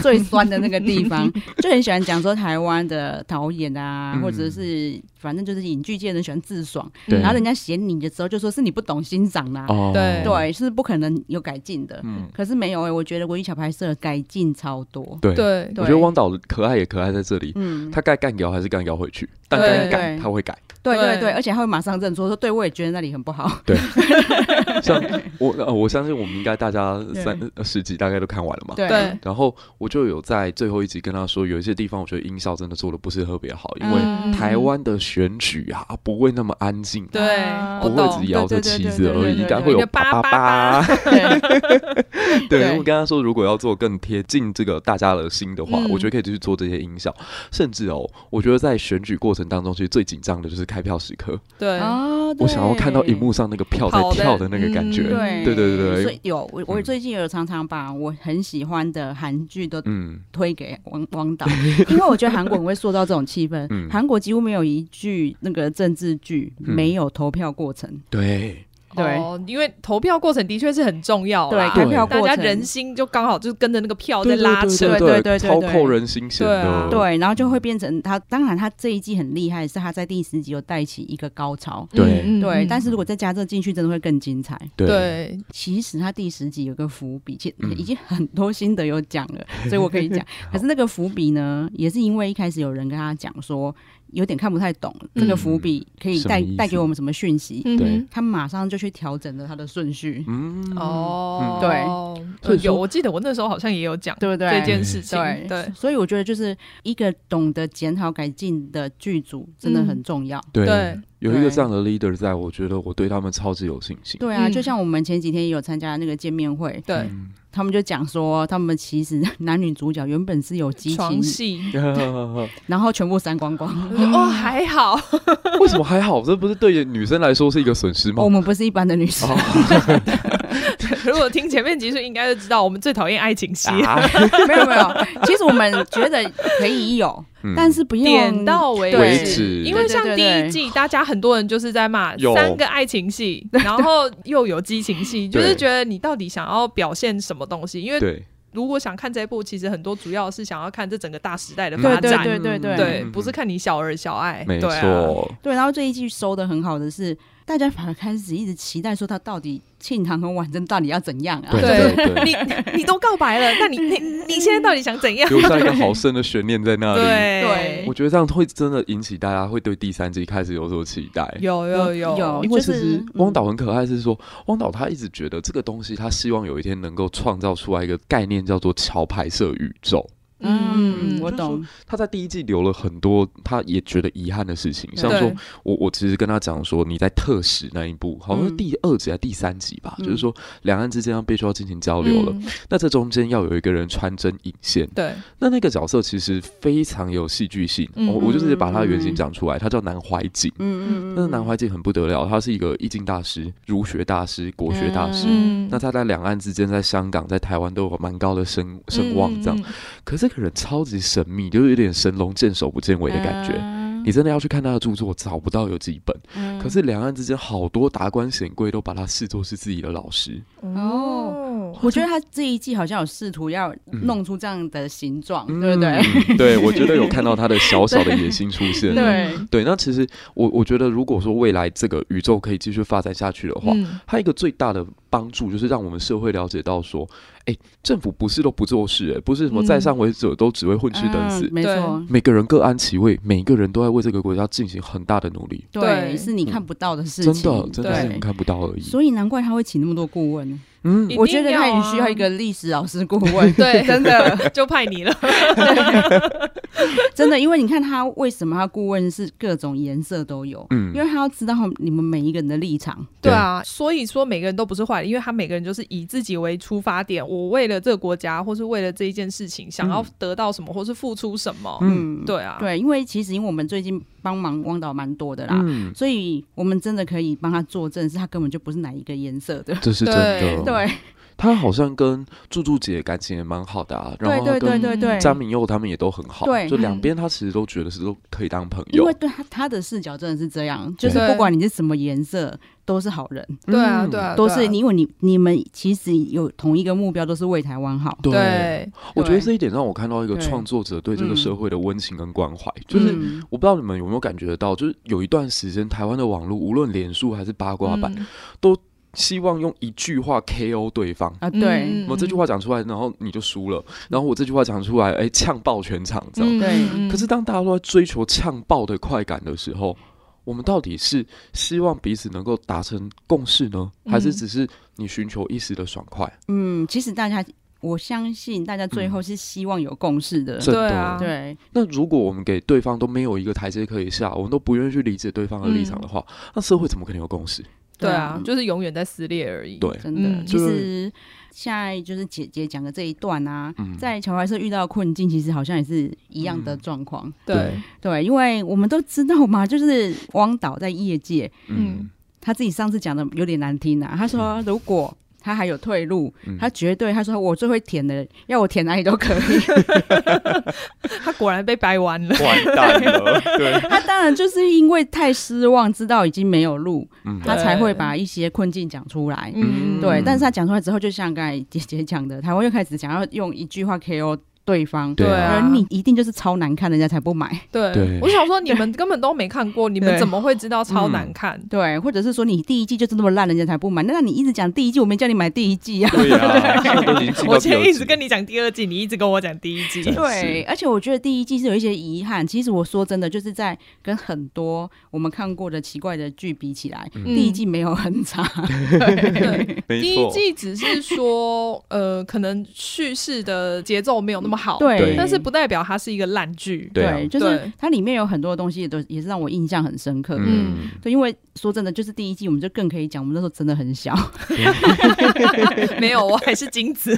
Speaker 1: 最酸的那个地方，就很喜欢讲说台湾的导演啊，
Speaker 3: 嗯
Speaker 1: 或者是反正就是影剧界人喜欢自爽，
Speaker 3: 对
Speaker 1: 然后人家嫌你的时候就说是你不懂欣赏啦、
Speaker 3: 哦，
Speaker 2: 对
Speaker 1: 对，是不可能有改进的。
Speaker 3: 嗯，
Speaker 1: 可是没有哎、我觉得国际小拍社改进超多。
Speaker 3: 对。
Speaker 2: 对
Speaker 1: 对
Speaker 3: 我觉得汪导可爱也可爱在这里，
Speaker 1: 嗯，
Speaker 3: 他该干掉还是干掉回去，但
Speaker 2: 对
Speaker 3: 该改
Speaker 1: 对
Speaker 3: 他会改。
Speaker 1: 对对
Speaker 2: 对
Speaker 1: 对，而且他会马上认错，说对我也觉得那里很不好。
Speaker 3: 像我，呃我相信我们应该大家三呃十集大概都看完了嘛。
Speaker 1: 对
Speaker 2: 对，
Speaker 3: 然后我就有在最后一集跟他说，有一些地方我觉得音效真的做的不是特别好，因为
Speaker 2: 嗯
Speaker 3: 台湾的选举啊不会那么安静，
Speaker 2: 对
Speaker 1: 啊，
Speaker 2: 我
Speaker 3: 不会
Speaker 2: 懂
Speaker 3: 只。摇
Speaker 1: 对对
Speaker 3: 着
Speaker 1: 对
Speaker 3: 旗
Speaker 1: 对
Speaker 3: 子
Speaker 1: 对
Speaker 3: 而
Speaker 1: 对
Speaker 3: 已，
Speaker 1: 对
Speaker 3: 但
Speaker 1: 对
Speaker 3: 会
Speaker 2: 一
Speaker 3: 有
Speaker 2: 个
Speaker 3: 叭
Speaker 2: 叭
Speaker 3: 叭
Speaker 2: 叭
Speaker 3: 叭。
Speaker 1: 对
Speaker 3: 对，
Speaker 1: 对
Speaker 3: 我跟他说，如果要做更贴近这个大家的心的话，
Speaker 2: 嗯
Speaker 3: 我觉得可以继续做这些音效，甚至哦，我觉得在选举过程当中，其实最紧张的就是开票时刻，
Speaker 2: 对，
Speaker 1: 哦，
Speaker 3: 我想要看到
Speaker 1: 对
Speaker 3: 荧幕上那个票在
Speaker 2: 跑的
Speaker 3: 跳的那个感觉。
Speaker 1: 对
Speaker 2: 嗯
Speaker 3: 对对对
Speaker 1: 所以有我我
Speaker 3: 嗯
Speaker 1: 最近有常常把我很喜欢的韩剧都
Speaker 3: 嗯，
Speaker 1: 推给王王 导，因为我觉得韩国很会塑造这种气氛
Speaker 3: 嗯。
Speaker 1: 韩国几乎没有一句那个政治剧
Speaker 3: 嗯
Speaker 1: 没有投票过程，
Speaker 3: 对，
Speaker 1: 对
Speaker 2: 哦，因为投票过程的确是很重要
Speaker 1: 对，
Speaker 2: 哦啦，
Speaker 1: 开票
Speaker 2: 大
Speaker 1: 过
Speaker 2: 家
Speaker 1: 程
Speaker 2: 人心就刚好就跟着那个票在拉扯，
Speaker 1: 对对对对
Speaker 3: 超
Speaker 1: 对
Speaker 3: 扣人心弦
Speaker 2: 对啊
Speaker 3: 的。
Speaker 1: 对，然后就会变成他。当然，他这一季很厉害，是他在第十集有带起一个高潮。
Speaker 3: 对
Speaker 2: 嗯嗯
Speaker 1: 对，嗯
Speaker 2: 嗯
Speaker 1: 但是如果再加这进去，真的会更精彩。
Speaker 3: 对
Speaker 2: 对
Speaker 1: 其实他第十集有个伏笔，其
Speaker 3: 嗯
Speaker 1: 已经很多心得有讲 了，所以我可以讲。可是那个伏笔呢，也是因为一开始有人跟他讲说，有点看不太懂这个伏笔可以
Speaker 3: 什么
Speaker 1: 带
Speaker 3: 意思
Speaker 1: 带给我们什么讯息，
Speaker 2: 嗯
Speaker 3: 对
Speaker 2: 哼
Speaker 1: 他马上就去调整了他的顺序，
Speaker 3: 嗯，
Speaker 2: 哦，
Speaker 1: 对
Speaker 3: 所
Speaker 2: 呃
Speaker 3: 以说
Speaker 2: 有，我记得我那时候好像也有讲
Speaker 1: 对不
Speaker 2: 这
Speaker 1: 对？
Speaker 2: 件事情，
Speaker 1: 对
Speaker 2: 对
Speaker 1: 所以我觉得就是一个懂得检讨改进的剧组真
Speaker 2: 嗯
Speaker 1: 的很重要。
Speaker 3: 对
Speaker 2: 对
Speaker 3: 有一个
Speaker 1: 对
Speaker 3: 这样的 leader 在，我觉得我对他们超级有信心。
Speaker 1: 对啊，
Speaker 2: 嗯
Speaker 1: 就像我们前几天也有参加那个见面会，
Speaker 2: 对，
Speaker 3: 嗯，
Speaker 1: 他们就讲说， 他们其实男女主角原本是有激
Speaker 2: 床
Speaker 1: 情，嗯
Speaker 2: 戏，
Speaker 1: 然后全部删光光。
Speaker 2: 我就哦还好，
Speaker 3: 为什么还好？这不是对女生来说是一个损失吗
Speaker 1: 哦我？们不是一般的女生，
Speaker 3: 哦
Speaker 2: 如果听前面集数应该就知道我们最讨厌爱情戏，
Speaker 3: 啊
Speaker 1: 没有没有，其实我们觉得可以有，
Speaker 3: 嗯
Speaker 1: 但是不用
Speaker 2: 点到为
Speaker 1: 对
Speaker 3: 为止，
Speaker 2: 因为像
Speaker 1: 对
Speaker 2: 第
Speaker 1: 对对
Speaker 2: 一季，大家很多人就是在骂
Speaker 3: 有
Speaker 2: 三个爱情戏，然后又有激情戏， 就
Speaker 3: 对
Speaker 2: 是觉得你到底想要表现什么东西？因为
Speaker 3: 对
Speaker 2: 如果想看这部，其实很多主要是想要看这整个大时代的
Speaker 1: 对
Speaker 2: 发
Speaker 1: 对
Speaker 2: 展，
Speaker 1: 对对对
Speaker 2: 对
Speaker 3: 嗯
Speaker 2: 不是看你小儿小爱，
Speaker 3: 没
Speaker 2: 对啊，
Speaker 3: 错，
Speaker 1: 对。然后这一季收的很好的是，大家反而开始一直期待说他到底庆堂和婉珍到底要怎样啊？
Speaker 3: 对
Speaker 2: 对
Speaker 3: 对 对，
Speaker 2: 你你都告白了，那你你你现在到底想怎样？
Speaker 3: 留下一个好深的悬念在那里。
Speaker 1: 对
Speaker 3: 我觉得这样会真的引起大家会对第三季开始有所期待。
Speaker 2: 有有有
Speaker 1: 有
Speaker 3: 因为其
Speaker 1: 就是
Speaker 3: 实
Speaker 1: 嗯
Speaker 3: 汪导很可爱，是说汪导他一直觉得这个东西，他希望有一天能够创造出来一个概念，叫做桥牌社宇宙。
Speaker 1: 嗯，我
Speaker 3: 就是说
Speaker 1: 懂，
Speaker 3: 他在第一季留了很多他也觉得遗憾的事情，像说
Speaker 2: 对
Speaker 3: 我我其实跟他讲说，你在特使那一部，好像是
Speaker 1: 嗯
Speaker 3: 第二集还是第三集吧，
Speaker 1: 嗯
Speaker 3: 就是说两岸之间要必须要进行交流了。
Speaker 2: 嗯
Speaker 3: 那这中间要有一个人穿针引线，
Speaker 2: 对，
Speaker 3: 那那个角色其实非常有戏剧性，
Speaker 2: 嗯
Speaker 3: 我我就直接把他的原
Speaker 1: 嗯
Speaker 3: 型讲出来，他叫南怀瑾。
Speaker 1: 嗯嗯嗯，
Speaker 3: 但是南怀瑾很不得了，他是一个易经大师、儒学大师、国学大师。
Speaker 2: 嗯
Speaker 3: 那他在两岸之间，在香港、在台湾都有蛮高的声声望，这样。
Speaker 2: 嗯嗯嗯
Speaker 3: 可是这个人超级神秘，就是有点神龙见首不见尾的感觉。你真的要去看他的著作，找不到有几本。
Speaker 1: 嗯
Speaker 3: 可是两岸之间好多达官显贵都把他视作是自己的老师。
Speaker 2: 嗯
Speaker 1: 嗯
Speaker 2: 哦，
Speaker 1: 我觉得他这一季好像有试图要弄出这样的形状，对不对？
Speaker 3: 嗯？对，我觉得有看到他的小小的野心出 现。
Speaker 1: 对，
Speaker 3: 对，那其实我我觉得，如果说未来这个宇宙可以继续发展下去的话，
Speaker 2: 嗯
Speaker 3: 它一个最大的帮助就是让我们社会了解到说，哎、政府不是都不做事、哎，不是什么
Speaker 2: 嗯
Speaker 3: 在上位者都只会混吃等死。
Speaker 1: 嗯没错，
Speaker 3: 每个人各安其位，每个人都在为这个国家进行很大的努力，
Speaker 1: 对，是你看不到的事
Speaker 3: 嗯真
Speaker 1: 情，
Speaker 3: 的真的是
Speaker 2: 对
Speaker 3: 你们看不到而已。
Speaker 1: 所以难怪他会请那么多顾问，
Speaker 3: 嗯
Speaker 2: 一，定啊
Speaker 1: 我觉得他也需要一啊个历史老师顾 问，
Speaker 2: 对
Speaker 1: 真的，
Speaker 2: 就派你了，
Speaker 1: 真的，因为你看他为什么他顾问是各种颜色都有，
Speaker 3: 嗯
Speaker 1: 因为他要知道你们每一个人的立场，
Speaker 2: 对啊，所以说每个人都不是坏人，因为他每个人就是以自己为出发点，我为了这个国家或是为了这一件事情，想要得到什么或是付出什么，
Speaker 1: 嗯，
Speaker 2: 对啊，
Speaker 1: 对，因为其实因为我们最近帮忙汪导蛮多的啦，
Speaker 3: 嗯，
Speaker 1: 所以我们真的可以帮他作证，是他根本就不是哪一个颜色的。
Speaker 3: 这是真的。
Speaker 2: 对
Speaker 1: 对
Speaker 3: 他好像跟柱柱姐感情也蛮好的啊，然
Speaker 1: 对
Speaker 3: 后他
Speaker 1: 对对
Speaker 3: 跟
Speaker 1: 对对，
Speaker 3: 张明佑他们也都很好，
Speaker 1: 对
Speaker 3: 就
Speaker 2: 嗯
Speaker 3: 两边他其实都觉得是都可以当朋
Speaker 1: 因
Speaker 3: 友
Speaker 1: 为。对他他的视角真的是这样，就是
Speaker 2: 对
Speaker 1: 不管你是什么颜色，都是好人，
Speaker 2: 对啊，
Speaker 3: 嗯
Speaker 2: 对啊，
Speaker 1: 都
Speaker 2: 对
Speaker 1: 是
Speaker 2: 啊
Speaker 1: 你，因为你你们其实有同一个目标，都是为台湾好。
Speaker 3: 对，
Speaker 2: 对，
Speaker 3: 我觉得
Speaker 2: 对
Speaker 3: 这一点让我看到一个
Speaker 1: 对
Speaker 3: 创作者对这个
Speaker 1: 嗯
Speaker 3: 社会的温情跟关怀，就是
Speaker 1: 嗯
Speaker 3: 我不知道你们有没有感觉得到，就是有一段时间台湾的网络，无论脸书还是八卦版，
Speaker 2: 嗯
Speaker 3: 希望用一句话 KO 对方。
Speaker 1: 啊，对，
Speaker 2: 嗯
Speaker 3: 我这句话讲出来，然后你就输了；然后我这句话讲出来，哎、呛爆全场这样。
Speaker 2: 嗯
Speaker 1: 对
Speaker 2: 嗯
Speaker 3: 可是当大家都在追求呛爆的快感的时候，我们到底是希望彼此能够达成共识呢，还是
Speaker 2: 嗯
Speaker 3: 只是你寻求一时的爽快？
Speaker 1: 嗯，其实大家我相信大家最后是希望有共识的。
Speaker 3: 真的
Speaker 2: 对嗯啊
Speaker 1: 对，
Speaker 3: 那如果我们给对方都没有一个台阶可以下，我们都不愿意去理解对方的立场的话，
Speaker 2: 嗯
Speaker 3: 那社会怎么可能有共识？
Speaker 2: 对
Speaker 1: 嗯
Speaker 2: 啊，就是永远在撕裂而已，
Speaker 3: 对，
Speaker 1: 真的，
Speaker 2: 嗯
Speaker 1: 其
Speaker 3: 就是
Speaker 1: 实现在就是姐姐讲的这一段啊，
Speaker 3: 嗯
Speaker 1: 在乔怀社遇到的困境，其实好像也是一样
Speaker 2: 嗯
Speaker 1: 的状况。
Speaker 2: 对，
Speaker 1: 对，因为我们都知道嘛，就是汪导在业界，
Speaker 3: 嗯
Speaker 1: 他自己上次讲的有点难听啊，他说如果。他还有退路，
Speaker 3: 嗯
Speaker 1: 他绝对他说我最会舔的，要我舔哪里都可 以。
Speaker 2: 他果然被掰弯了，
Speaker 3: 完蛋了，对，
Speaker 1: 他当然就是因为太失望，知道已经没有路，
Speaker 3: 嗯
Speaker 1: 他才会把一些困境讲出来。
Speaker 2: 嗯
Speaker 1: 对，
Speaker 3: 嗯
Speaker 1: 但是他讲出来之后，就像刚才姐姐讲的，台湾又开始想要用一句话 KO 对方，
Speaker 3: 对啊
Speaker 1: 而你一定就是超难看，人家才不买。
Speaker 2: 对，
Speaker 3: 对嗯
Speaker 2: 我想说你们根本都没看过，你们
Speaker 1: 对
Speaker 2: 怎么会知道超难看？
Speaker 1: 对，或者是说你第一季就是那么烂，人家才不买。那你一直讲第一季，我没叫你买第一季啊。
Speaker 3: 对呀，现在都已经进
Speaker 2: 我
Speaker 3: 到
Speaker 2: 今
Speaker 3: 第二
Speaker 2: 天一直
Speaker 3: 集，
Speaker 2: 跟你讲第二季，你一直跟我讲第一季，
Speaker 3: 对
Speaker 1: 对，
Speaker 3: 是
Speaker 1: 而且我觉得第一季是有一些遗憾。其实我说真的，就是在跟很多我们看过的奇怪的剧比起来，
Speaker 2: 嗯
Speaker 1: 第一季没有很差。
Speaker 2: 对
Speaker 3: 没
Speaker 2: 第一
Speaker 3: 错
Speaker 2: 季只是说，呃，可能叙事的节奏没有那么好，，
Speaker 1: 对，
Speaker 2: 但是不代表它是一个烂剧，
Speaker 3: 对啊
Speaker 1: 对，就是
Speaker 2: 对
Speaker 1: 它里面有很多东西都也是让我印象很深刻的。
Speaker 3: 嗯，
Speaker 1: 对，因为说真的，就是第一季我们就更可以讲，我们那时候真的很小，
Speaker 2: 没有，我还是金子，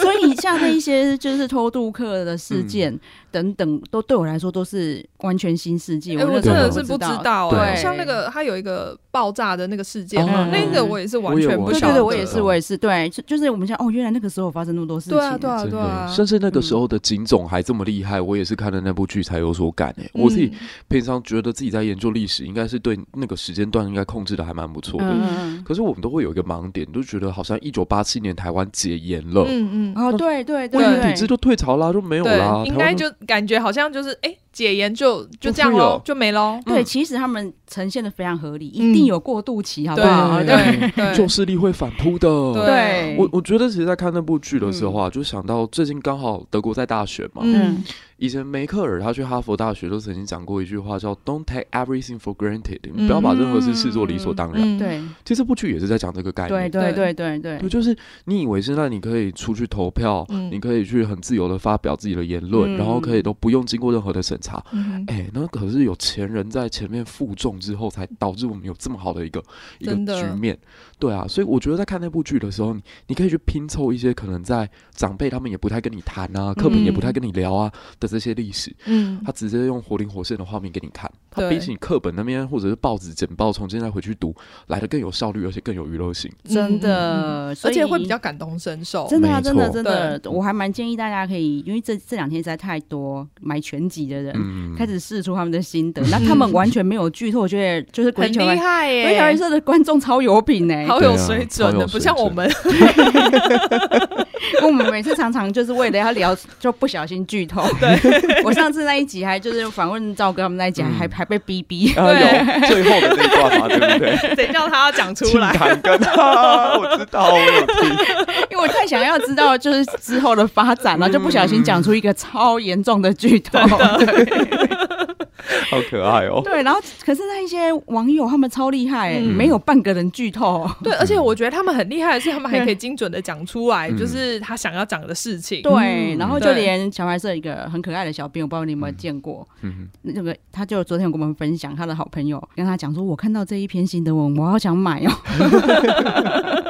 Speaker 1: 所以像那一些就是偷渡客的事件等等，都对我来说都是完全新世界。
Speaker 2: 哎，我
Speaker 1: 那
Speaker 2: 真
Speaker 1: 时候
Speaker 2: 的
Speaker 1: 不
Speaker 2: 是不知
Speaker 1: 知
Speaker 2: 道，
Speaker 3: 对
Speaker 2: 哎，像那个它有一个爆炸的那个事件嘛
Speaker 1: 哦，
Speaker 2: 那个我也是完全不
Speaker 3: 嗯我
Speaker 1: 对
Speaker 2: 晓
Speaker 1: 对
Speaker 2: 得，
Speaker 1: 对，我也是，
Speaker 3: 的
Speaker 1: 我也是，对，就就是我们想，哦，原来那个时候有发生那么多事情，
Speaker 2: 对啊，对啊，
Speaker 3: 真
Speaker 2: 对
Speaker 3: 的，
Speaker 2: 啊，
Speaker 3: 甚至那个时候的警总还这么厉害，我也是看了那部剧才有所感欸诶。我自己
Speaker 2: 嗯
Speaker 3: 平常觉得自己在研究历史，应该是对那个时间段应该控制的还蛮不错的。
Speaker 1: 嗯，嗯
Speaker 3: 可是我们都会有一个盲点，就觉得好像一九八七年台湾解严了，
Speaker 2: 嗯嗯
Speaker 1: 嗯，哦，对对
Speaker 3: 威
Speaker 1: 对
Speaker 3: 权体制
Speaker 1: 对，
Speaker 3: 就退潮啦，就没有啦，
Speaker 2: 对，应该
Speaker 3: 台湾就
Speaker 2: 就感觉好像就是哎、解严就就这样
Speaker 3: 不会
Speaker 2: 喽
Speaker 3: 哦，
Speaker 2: 就没喽。
Speaker 1: 对，
Speaker 3: 嗯
Speaker 1: 其实他们呈现的非常合理，
Speaker 2: 嗯
Speaker 1: 一定有过渡期，好不好？
Speaker 2: 对嗯对
Speaker 3: 旧
Speaker 2: 对
Speaker 3: 势力会反扑的。
Speaker 2: 对
Speaker 1: 对，
Speaker 3: 我我觉得，其实，在看那部剧的时候啊，就想到最近刚好德国在大选嘛，
Speaker 2: 嗯
Speaker 1: 嗯，
Speaker 3: 以前梅克尔他去哈佛大学都曾经讲过一句话，叫 “Don't take everything for granted”，你不要把任何事视作理所当然。
Speaker 2: 嗯，
Speaker 1: 对
Speaker 3: 其实这部剧也是在讲这个概
Speaker 1: 对
Speaker 3: 念。
Speaker 1: 对
Speaker 2: 对
Speaker 1: 对对对
Speaker 3: 对，，就是你以为现在你可以出去投票，
Speaker 2: 嗯
Speaker 3: 你可以去很自由的发表自己的言论，
Speaker 1: 嗯
Speaker 3: 然后可以都不用经过任何的审查。
Speaker 2: 嗯
Speaker 3: 哎、那可是有钱人在前面负重之后，才导致我们有这么好的一个一个
Speaker 2: 真的
Speaker 3: 局面。对啊，所以我觉得在看那部剧的时候，你你可以去拼凑一些可能在长辈他们也不太跟你谈啊，课本也不太跟你聊啊的这些历史，
Speaker 2: 嗯
Speaker 3: 他直接用活灵活现的画面给你看，他
Speaker 2: 对
Speaker 3: 比起你课本那边或者是报纸简报从现在回去读来的更有效率，而且更有娱乐性。
Speaker 1: 真
Speaker 2: 嗯，嗯嗯
Speaker 1: 的，所
Speaker 2: 而
Speaker 1: 以
Speaker 2: 且会比较感同身受。
Speaker 1: 真的啊，
Speaker 3: 没
Speaker 1: 真的
Speaker 3: 错
Speaker 1: 真的，我还蛮建议大家可以，因为这这两天实在太多买全集的人。
Speaker 3: 嗯，
Speaker 1: 开始试出他们的心 得，那他们完全没有剧透，我觉得就是鬼
Speaker 2: 很
Speaker 1: 球来
Speaker 2: 厉害
Speaker 1: 鬼球来
Speaker 2: 耶，啊
Speaker 1: 社的观众超有品哎、
Speaker 2: 好
Speaker 3: 对
Speaker 2: 有
Speaker 3: 啊
Speaker 2: 水准
Speaker 3: 好
Speaker 2: 的，
Speaker 3: 有
Speaker 2: 不
Speaker 3: 水
Speaker 2: 像我
Speaker 3: 准
Speaker 2: 们。
Speaker 1: 因为我们每次常常就是为了要聊，就不小心剧透。对， 我上次那一集还就是访问赵哥他们那一集还，还、
Speaker 3: 嗯
Speaker 1: 还被逼逼。
Speaker 3: 啊，有最后的那一段嘛，对不对？
Speaker 2: 谁叫他要讲出来？
Speaker 3: 谈跟他，我知道，我有听。
Speaker 1: 因为我太想要知道就是之后的发展了，就不小心讲出一个超严重的剧透。
Speaker 3: 好可爱哦。
Speaker 1: 对，然后可是那一些网友他们超厉害、欸，
Speaker 2: 嗯
Speaker 1: 没有半个人剧透。
Speaker 2: 对，而且我觉得他们很厉害的是，他们还可以精准的讲出来，
Speaker 3: 嗯
Speaker 2: 就是他想要讲的事情。
Speaker 1: 对，
Speaker 3: 嗯
Speaker 1: 然后就
Speaker 2: 对
Speaker 1: 连小白社一个很可爱的小兵，我不知道你有没有见过，
Speaker 3: 嗯，
Speaker 1: 那个他就昨天有跟我们分享，他的好朋友跟他讲说，我看到这一篇新的文，我好想买哦。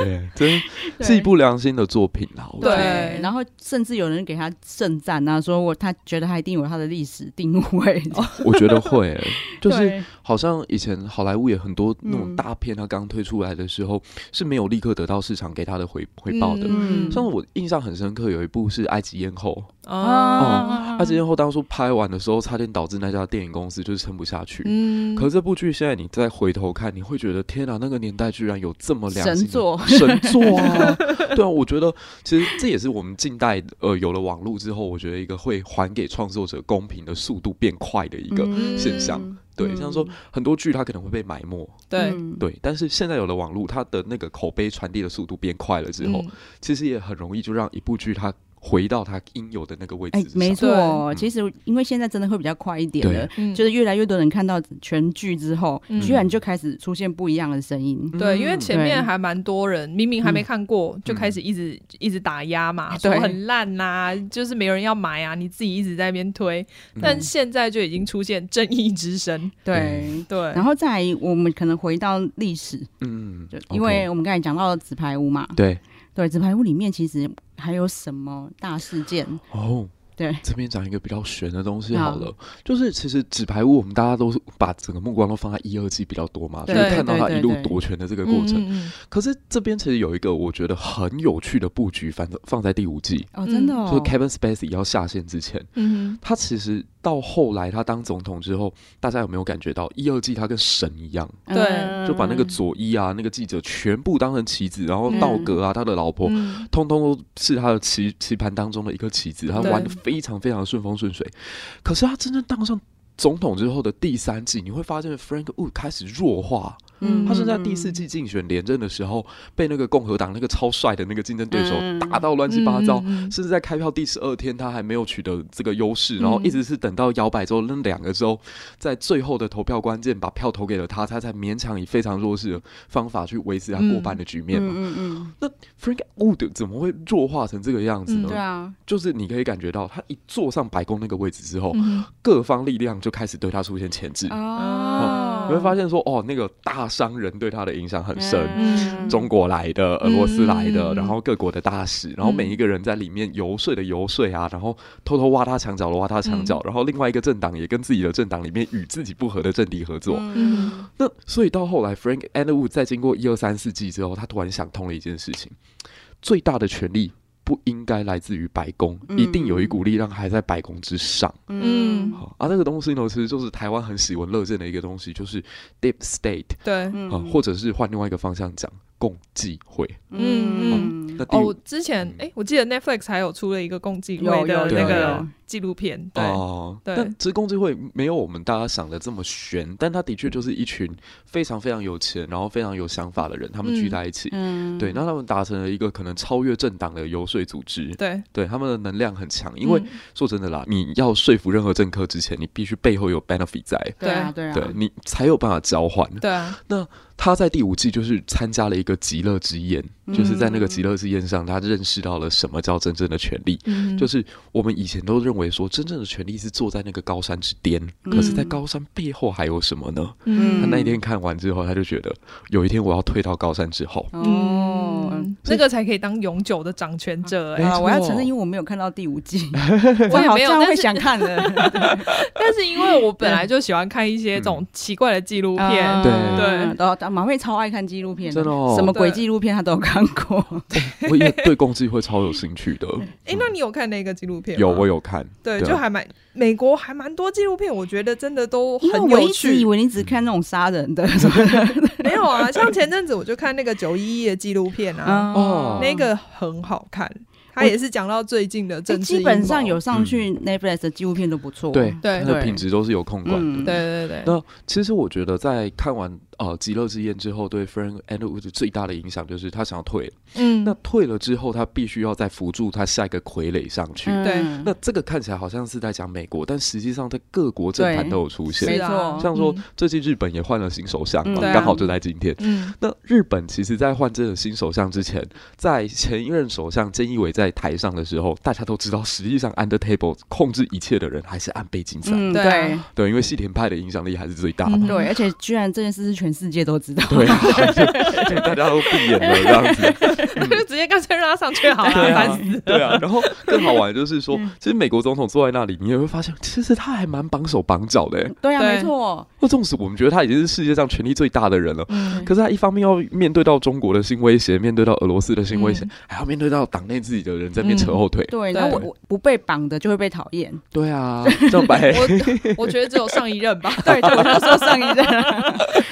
Speaker 3: 对， 真是一部良心的作品啊啦。我觉
Speaker 2: 对
Speaker 3: 得
Speaker 1: 对，然后甚至有人给他盛赞啊，说我他觉得他一定有他的历史定位，
Speaker 3: 我觉得会欸，哦就是
Speaker 1: 对
Speaker 3: 好像以前好莱坞也很多那种
Speaker 1: 嗯
Speaker 3: 大片，它刚推出来的时候是没有立刻得到市场给它的回回报的。
Speaker 1: 嗯
Speaker 3: 像我印象很深刻，有一部是《埃及艳后》，
Speaker 2: 啊，
Speaker 3: 《埃
Speaker 1: 嗯
Speaker 3: 及艳后》当初拍完的时候，差点导致那家电影公司就是撑不下去。
Speaker 2: 嗯
Speaker 3: 可是这部剧现在你再回头看，你会觉得天啊，那个年代居然有这么良心
Speaker 1: 哦神
Speaker 3: 的
Speaker 1: 作
Speaker 3: 神 作啊！对啊，我觉得其实这也是我们近代呃有了网络之后，我觉得一个会还给创作者公平的速度变快的一个。现象
Speaker 1: 嗯
Speaker 3: 对，像说很多剧它可能会被埋没，
Speaker 2: 对，
Speaker 1: 嗯
Speaker 3: 对，但是现在有了网络，它的那个口碑传递的速度变快了之后，
Speaker 2: 嗯
Speaker 3: 其实也很容易就让一部剧它回到它应有的那个位置
Speaker 1: 哎
Speaker 3: 之，上。
Speaker 1: 没错，
Speaker 3: 对
Speaker 1: 其实因为现在真的会比较快一点
Speaker 3: 嗯对
Speaker 1: 了，
Speaker 2: 嗯
Speaker 1: 就是越来越多人看到全剧之后，
Speaker 2: 嗯
Speaker 1: 居然就开始出现不一样的声音。
Speaker 3: 嗯
Speaker 2: 对，因为前面
Speaker 1: 对
Speaker 2: 还蛮多人，明明还没看过，就
Speaker 3: 嗯
Speaker 2: 开始一直一直打压
Speaker 3: 哎
Speaker 2: 嘛，说
Speaker 1: 对
Speaker 2: 很烂呐，就是没人要买啊，你自己一直在那边推。
Speaker 3: 嗯
Speaker 2: 但现在就已经出现正义之声，
Speaker 1: 对，
Speaker 2: 对，
Speaker 1: 然后再来我们可能回到历史，
Speaker 3: 嗯，
Speaker 1: 就
Speaker 3: OK
Speaker 1: 因为我们刚才讲到纸牌屋嘛，
Speaker 3: 对
Speaker 1: 对，纸牌屋里面其实还有什么大事件？
Speaker 3: 哦，
Speaker 1: 对，
Speaker 3: 这边讲一个比较悬的东西
Speaker 1: 好
Speaker 3: 好了，就是其实纸牌屋我们大家都是把整个目光都放在一二季比较多嘛，就
Speaker 1: 对
Speaker 3: 是看到
Speaker 1: 对
Speaker 3: 他
Speaker 1: 对
Speaker 3: 一路
Speaker 1: 对
Speaker 3: 夺权的这个过程。
Speaker 2: 嗯，嗯
Speaker 3: 可是这边其实有一个我觉得很有趣的布局，反正放在第五季，
Speaker 1: 哦，真的
Speaker 3: 就
Speaker 1: 哦，
Speaker 3: 是 Kevin Spacey 要下线之前，
Speaker 2: 嗯
Speaker 3: 他其实到后来他当总统之后，大家有没有感觉到一二季他跟神一样，
Speaker 1: 嗯
Speaker 2: 对
Speaker 3: 就把那个佐伊啊、那个记者全部当成棋子，然后
Speaker 2: 嗯
Speaker 3: 道格啊、他的老婆
Speaker 2: 嗯，嗯
Speaker 3: 通通都是他的棋棋盘当中的一颗棋子，他
Speaker 2: 对
Speaker 3: 玩的非常非常顺风顺水。可是他真正当上总统之后的第三季，你会发现 Frank Wood 开始弱化，
Speaker 2: 嗯
Speaker 3: 他是在第四季竞选连任的时候，被那个共和党那个超帅的那个竞争对手
Speaker 1: 嗯
Speaker 3: 打到乱七八糟。
Speaker 2: 嗯嗯嗯
Speaker 3: 甚至在开票第十二天，他还没有取得这个优势，
Speaker 2: 嗯
Speaker 3: 然后一直是等到摇摆州那两个州在最后的投票关键把票投给了他，他才勉强以非常弱势的方法去维持他过半的局面嘛。
Speaker 1: 嗯嗯
Speaker 3: Frank Wood 怎么会弱化成这个样子
Speaker 2: 嗯
Speaker 3: 呢？
Speaker 1: 嗯，对啊，
Speaker 3: 就是你可以感觉到，他一坐上白宫那个位置之后，
Speaker 2: 嗯
Speaker 3: 各方力量就开始对他出现牵制。
Speaker 1: 哦，
Speaker 3: 你会发现说，哦，那个大商人对他的影响很深。
Speaker 2: 嗯
Speaker 3: 中国来的、俄罗斯来的，
Speaker 2: 嗯
Speaker 3: 然后各国的大使，然后每一个人在里面游说的游说啊，然后偷偷挖他墙角的挖他墙
Speaker 2: 嗯
Speaker 3: 角，然后另外一个政党也跟自己的政党里面与自己不合的政敌合作。
Speaker 2: 嗯
Speaker 3: 那所以到后来，Frank a n d w o o d 在经过一二三四季之后，他突然想通了一件事情：最大的权力不应该来自于白宫，
Speaker 1: 嗯
Speaker 3: 一定有一股力量还在白宫之上。
Speaker 2: 嗯
Speaker 3: 好啊，这个东西呢，其实就是台湾很喜闻乐见的一个东西，就是 Deep State
Speaker 2: 对。
Speaker 1: 嗯
Speaker 3: 啊，或者是换另外一个方向讲，共济会。
Speaker 1: 嗯
Speaker 3: 那第
Speaker 2: 哦，
Speaker 3: 五
Speaker 2: 我之前
Speaker 3: 嗯
Speaker 2: 哎、我记得 Netflix 还有出了一个共济
Speaker 1: 有
Speaker 2: 会的
Speaker 1: 有
Speaker 2: 那
Speaker 3: 对
Speaker 2: 个
Speaker 1: 有
Speaker 2: 纪录片，对，
Speaker 3: 哦，
Speaker 2: 对
Speaker 3: 但职工之会没有我们大家想的这么悬，但他的确就是一群非常非常有钱，然后非常有想法的人，他们聚
Speaker 2: 嗯
Speaker 3: 在一起，
Speaker 1: 嗯，
Speaker 3: 对，那他们达成了一个可能超越政党的游说组织，
Speaker 2: 对，
Speaker 3: 对，他们的能量很强。因为
Speaker 2: 嗯
Speaker 3: 说真的啦，你要说服任何政客之前，你必须背后有 benefit 在，
Speaker 1: 对啊，对啊，
Speaker 3: 对你才有办法交换。
Speaker 2: 对啊，
Speaker 3: 他在第五季就是参加了一个极乐之宴，就是在那个极乐之宴上，他认识到了什么叫真正的权利。
Speaker 2: 嗯，
Speaker 3: 就是我们以前都认为说，真正的权利是坐在那个高山之巅，
Speaker 1: 嗯
Speaker 3: 可是，在高山背后还有什么呢？
Speaker 1: 嗯
Speaker 3: 他那一天看完之后，他就觉得有一天我要退到高山之后，
Speaker 1: 哦。
Speaker 2: 嗯
Speaker 3: 所以
Speaker 2: 那个才可以当永久的掌权 者、
Speaker 3: 没
Speaker 2: 哎、
Speaker 1: 啊，我要
Speaker 3: 错
Speaker 1: 承认，因为我没有看到第五季，
Speaker 2: 我也
Speaker 1: 好
Speaker 2: 没有
Speaker 1: 像
Speaker 2: 但
Speaker 1: 会
Speaker 2: 是
Speaker 1: 想看 的。
Speaker 2: 但是因为我本来就喜欢看一些这种奇怪的纪录片，
Speaker 1: 啊
Speaker 3: 对
Speaker 2: 对
Speaker 1: 然后马慧超爱看纪录片，
Speaker 3: 真的哦
Speaker 1: 什么鬼
Speaker 2: 对
Speaker 1: 纪录片她都有看过。
Speaker 3: 我也对共济会超有兴趣 的。
Speaker 2: 哎、那你有看那个纪录片吗？
Speaker 3: 有我有看，
Speaker 2: 对，
Speaker 3: 对啊
Speaker 2: 就还蛮美国还蛮多纪录片，我觉得真的都
Speaker 1: 因为
Speaker 2: 很
Speaker 1: 我
Speaker 2: 有
Speaker 1: 一直以
Speaker 2: 趣。
Speaker 1: 为你只看那种杀人的什么
Speaker 2: 没有啊，像前阵子我就看那个九一一的纪录片 啊，
Speaker 1: 嗯
Speaker 3: 哦
Speaker 2: 那个很好看，它也是讲到最近的
Speaker 1: 这
Speaker 2: 政治阴
Speaker 1: 基
Speaker 2: 谋，
Speaker 1: 本上有上去 Netflix 的纪录片都不错。
Speaker 3: 对
Speaker 2: 对
Speaker 3: 它的
Speaker 1: 对
Speaker 3: 品质都是有控管的。
Speaker 1: 嗯
Speaker 2: 对对对
Speaker 3: 那其实我觉得，在看完呃《极乐之宴》之后，对 Frank Underwood 最大的影响就是他想要退。
Speaker 2: 嗯
Speaker 3: 那退了之后，他必须要再扶助他下一个傀儡上去。
Speaker 1: 嗯
Speaker 2: 对
Speaker 3: 那这个看起来好像是在讲美国，但实际上在各国政坛
Speaker 1: 对
Speaker 3: 都有出
Speaker 1: 没
Speaker 3: 现。
Speaker 2: 是啊，
Speaker 1: 错
Speaker 3: 像说最近日本也换了新首相
Speaker 1: 嗯
Speaker 3: 嘛，
Speaker 2: 对啊
Speaker 3: 刚好就在今天。
Speaker 2: 嗯
Speaker 3: 那日本其实，在换这个新首相之前，在前一任首相菅义伟在台上的时候，大家都知道，实际上 Under Table 控制一切的人还是安倍晋三。
Speaker 1: 嗯，
Speaker 2: 对
Speaker 1: 对
Speaker 2: 啊
Speaker 3: 对，因为细田派的影响力还是最大的。
Speaker 2: 嗯
Speaker 1: 对，而且居然这件事是全世界都知道。
Speaker 3: 对啊，就就大家都闭眼了这样子。
Speaker 2: 嗯，就直接干脆让他上去好了，
Speaker 3: 对
Speaker 2: 烦
Speaker 3: 啊
Speaker 2: 死，
Speaker 3: 对啊。然后更好玩的就是说，
Speaker 2: 嗯
Speaker 3: 其实美国总统坐在那里，你也会发现，其实他还蛮绑手绑脚的欸。
Speaker 1: 对啊，
Speaker 2: 对
Speaker 1: 没错，
Speaker 3: 那纵使我们觉得他已经是世界上权力最大的人了，
Speaker 2: 嗯
Speaker 3: 可是他一方面要面对到中国的新威胁，面对到俄罗斯的新威胁
Speaker 2: 嗯，
Speaker 3: 还要面对到党内自己的人在那边扯
Speaker 2: 嗯
Speaker 3: 后腿。
Speaker 1: 对。
Speaker 2: 对
Speaker 1: 那我我不被绑的就会被讨厌。
Speaker 3: 对啊，这 样白
Speaker 2: 我我觉得只有上一任 吧，
Speaker 1: 对，就我就说上一任，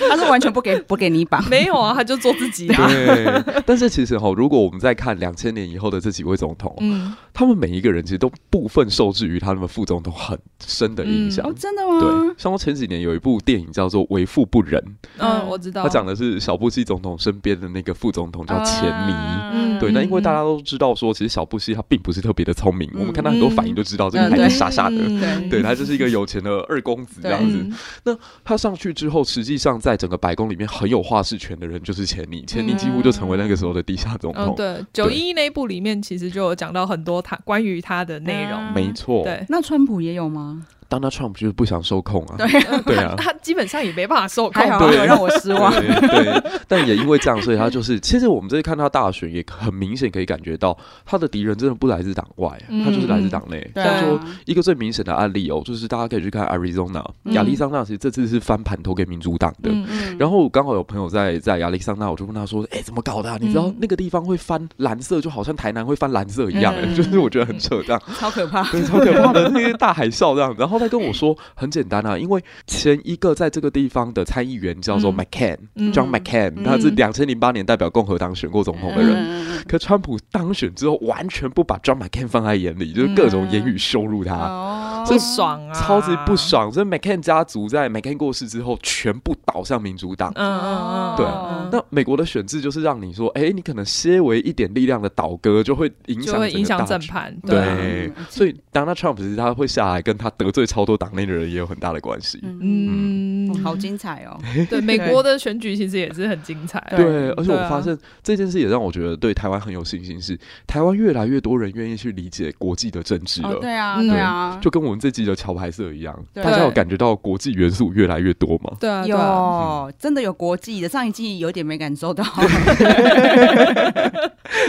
Speaker 1: 他说完全不给不给你绑。
Speaker 2: 没有啊，他就做自己啊，
Speaker 3: 对。但是其实哈，如果我们再看两千年以后的这几位总统，
Speaker 2: 嗯，
Speaker 3: 他们每一个人其实都部分受制于他们副总统很深的影响。
Speaker 1: 哦，真的
Speaker 3: 对
Speaker 1: 吗，？
Speaker 3: 像我前几年有一部电影叫做《为富不仁》，
Speaker 2: 嗯，我知道，
Speaker 3: 它讲的是小布希总统身边的那个副总统叫钱尼。
Speaker 1: 啊嗯
Speaker 3: 对，那因为
Speaker 2: 嗯
Speaker 3: 大家都知道说，其实小布希他并不是特别的聪明，
Speaker 1: 嗯
Speaker 3: 我们看他很多反应就知道这个
Speaker 1: 嗯
Speaker 3: 孩
Speaker 1: 对
Speaker 3: 子傻傻的。
Speaker 2: 嗯
Speaker 3: 对他就是一个有钱的二公子这
Speaker 1: 对
Speaker 3: 样子，
Speaker 2: 嗯
Speaker 3: 他上去之后，实际上在整个白宫里面很有话事权的人就是钱尼，钱尼几乎就成为那个时候的地下总
Speaker 2: 嗯，
Speaker 3: 统，
Speaker 2: 对，九一一那一部里面其实就有讲到很多他关于他的内容，
Speaker 1: 嗯
Speaker 3: 没错。
Speaker 2: 对，
Speaker 1: 那川普也有吗？
Speaker 3: 当他 Trump 就是不想受控啊， 对啊，
Speaker 2: 他基本上也没办法受控啊
Speaker 1: 还，好没
Speaker 3: 对
Speaker 1: 有让我失望。
Speaker 3: 对，对但也因为这样，所以他就是，其实我们这次看他大选，也很明显可以感觉到他的敌人真的不来自党外，
Speaker 2: 嗯
Speaker 3: 他就是来自党内。
Speaker 1: 对
Speaker 3: 像说
Speaker 1: 啊，
Speaker 3: 一个最明显的案例哦，就是大家可以去看 Arizona，
Speaker 1: 嗯
Speaker 3: 亚利桑那其实这次是翻盘投给民主党的。
Speaker 2: 嗯
Speaker 1: 嗯
Speaker 3: 然后刚好有朋友在在亚利桑那，我就问他说：“哎、怎么搞的、啊？你知道
Speaker 2: 嗯
Speaker 3: 那个地方会翻蓝色，就好像台南会翻蓝色一样、
Speaker 1: 嗯
Speaker 3: 就是我觉得很扯 这样。”
Speaker 1: 超可怕。
Speaker 3: 对，超可怕的那些大海啸这样。然后他跟我说，很简单啊，因为前一个在这个地方的参议员叫做
Speaker 2: 嗯
Speaker 3: McCain，John、
Speaker 2: 嗯
Speaker 3: McCain，、
Speaker 1: 嗯
Speaker 3: 他是两千零八年代表共和党选过总统的人。
Speaker 1: 嗯嗯嗯
Speaker 3: 可川普当选之后，完全不把 John McCain 放在眼里，就是各种言语羞辱
Speaker 1: 嗯
Speaker 3: 他，
Speaker 1: 哦
Speaker 2: 不爽啊，
Speaker 3: 超级不，爽。所以 McCain 家族在 McCain 过世之后，全部倒向民主党。
Speaker 2: 嗯嗯嗯，
Speaker 3: 对啊
Speaker 2: 嗯
Speaker 3: 那美国的选制就是让你说，哎、你可能些微一点力量的倒戈，就会影响
Speaker 2: 就会
Speaker 3: 整个
Speaker 2: 影响
Speaker 3: 大
Speaker 2: 正
Speaker 3: 局
Speaker 2: 盘，啊
Speaker 3: 对
Speaker 1: 嗯，
Speaker 3: 所以 Donald Trump 其实他会下来，跟他得罪超多党内的人也有很大的关系。
Speaker 1: 嗯，
Speaker 2: 嗯
Speaker 1: 哦，好精彩 哦。
Speaker 2: 对，美国的选举其实也是很精彩，
Speaker 1: 对
Speaker 3: 对，而且
Speaker 2: 对啊
Speaker 3: 我发现这件事也让我觉得对台湾很有信心是，台湾越来越多人愿意去理解国际的政治
Speaker 1: 哦，
Speaker 3: 了，
Speaker 1: 对啊，
Speaker 2: 嗯
Speaker 1: 对啊，
Speaker 3: 就跟我们这集的桥牌社一样，
Speaker 1: 对
Speaker 3: 大家有感觉到国际元素越来越多吗？
Speaker 2: 对啊，对啊，
Speaker 1: 有真的有国际的，上一季有点没感受到。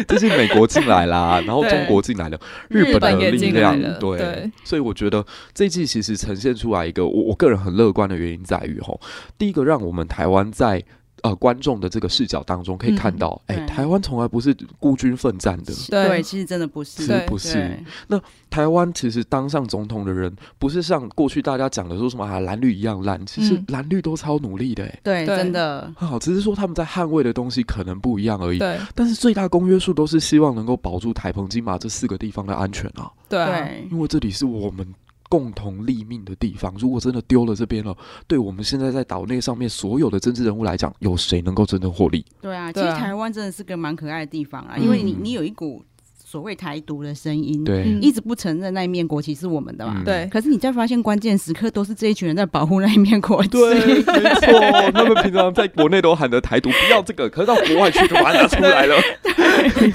Speaker 3: 这是美国进来啦，然后
Speaker 2: 对
Speaker 3: 中国进来了，
Speaker 1: 日
Speaker 3: 本
Speaker 2: 本
Speaker 3: 的
Speaker 2: 也
Speaker 3: 力
Speaker 2: 进来
Speaker 3: 量
Speaker 2: 了，
Speaker 3: 对，
Speaker 2: 对
Speaker 3: 所以我觉得这一季其实呈现出来一个我我个人很乐观的原因在于吼，第一个让我们台湾在。呃观众的这个视角当中可以看到，哎、
Speaker 1: 嗯对
Speaker 3: 台湾从来不是孤军奋战的，
Speaker 2: 对
Speaker 1: 对，其实真的不是，
Speaker 3: 其
Speaker 2: 对
Speaker 3: 实不是
Speaker 1: 对。
Speaker 3: 台湾其实当上总统的人，不是像过去大家讲的说什么啊蓝绿一样烂，其实
Speaker 2: 嗯
Speaker 3: 蓝绿都超努力的、欸，
Speaker 1: 对，
Speaker 2: 对
Speaker 1: 真的，
Speaker 3: 好、只是说他们在捍卫的东西可能不一样而已。
Speaker 2: 对
Speaker 3: 但是最大公约数都是希望能够保住台澎金马这四个地方的安全啊，
Speaker 2: 对啊
Speaker 1: 对，
Speaker 3: 因为这里是我们共同立命的地方。如果真的丢了这边了，对我们现在在岛内上面所有的政治人物来讲，有谁能够真正获利？
Speaker 1: 对啊。其
Speaker 2: 对
Speaker 1: 实
Speaker 2: 啊
Speaker 1: 台湾真的是个蛮可爱的地方啊，
Speaker 3: 嗯
Speaker 1: 因为你你有一股所谓台独的声音，
Speaker 3: 对，
Speaker 2: 嗯
Speaker 1: 一直不承认那一面国旗是我们的嘛
Speaker 3: 嗯。
Speaker 2: 对
Speaker 1: 可是你在发现关键时刻，都是这一群人在保护那一面国旗。
Speaker 3: 对，没错， 他们平常在国内都喊的台独不要这个，可是到国外去就把它拿出来 了。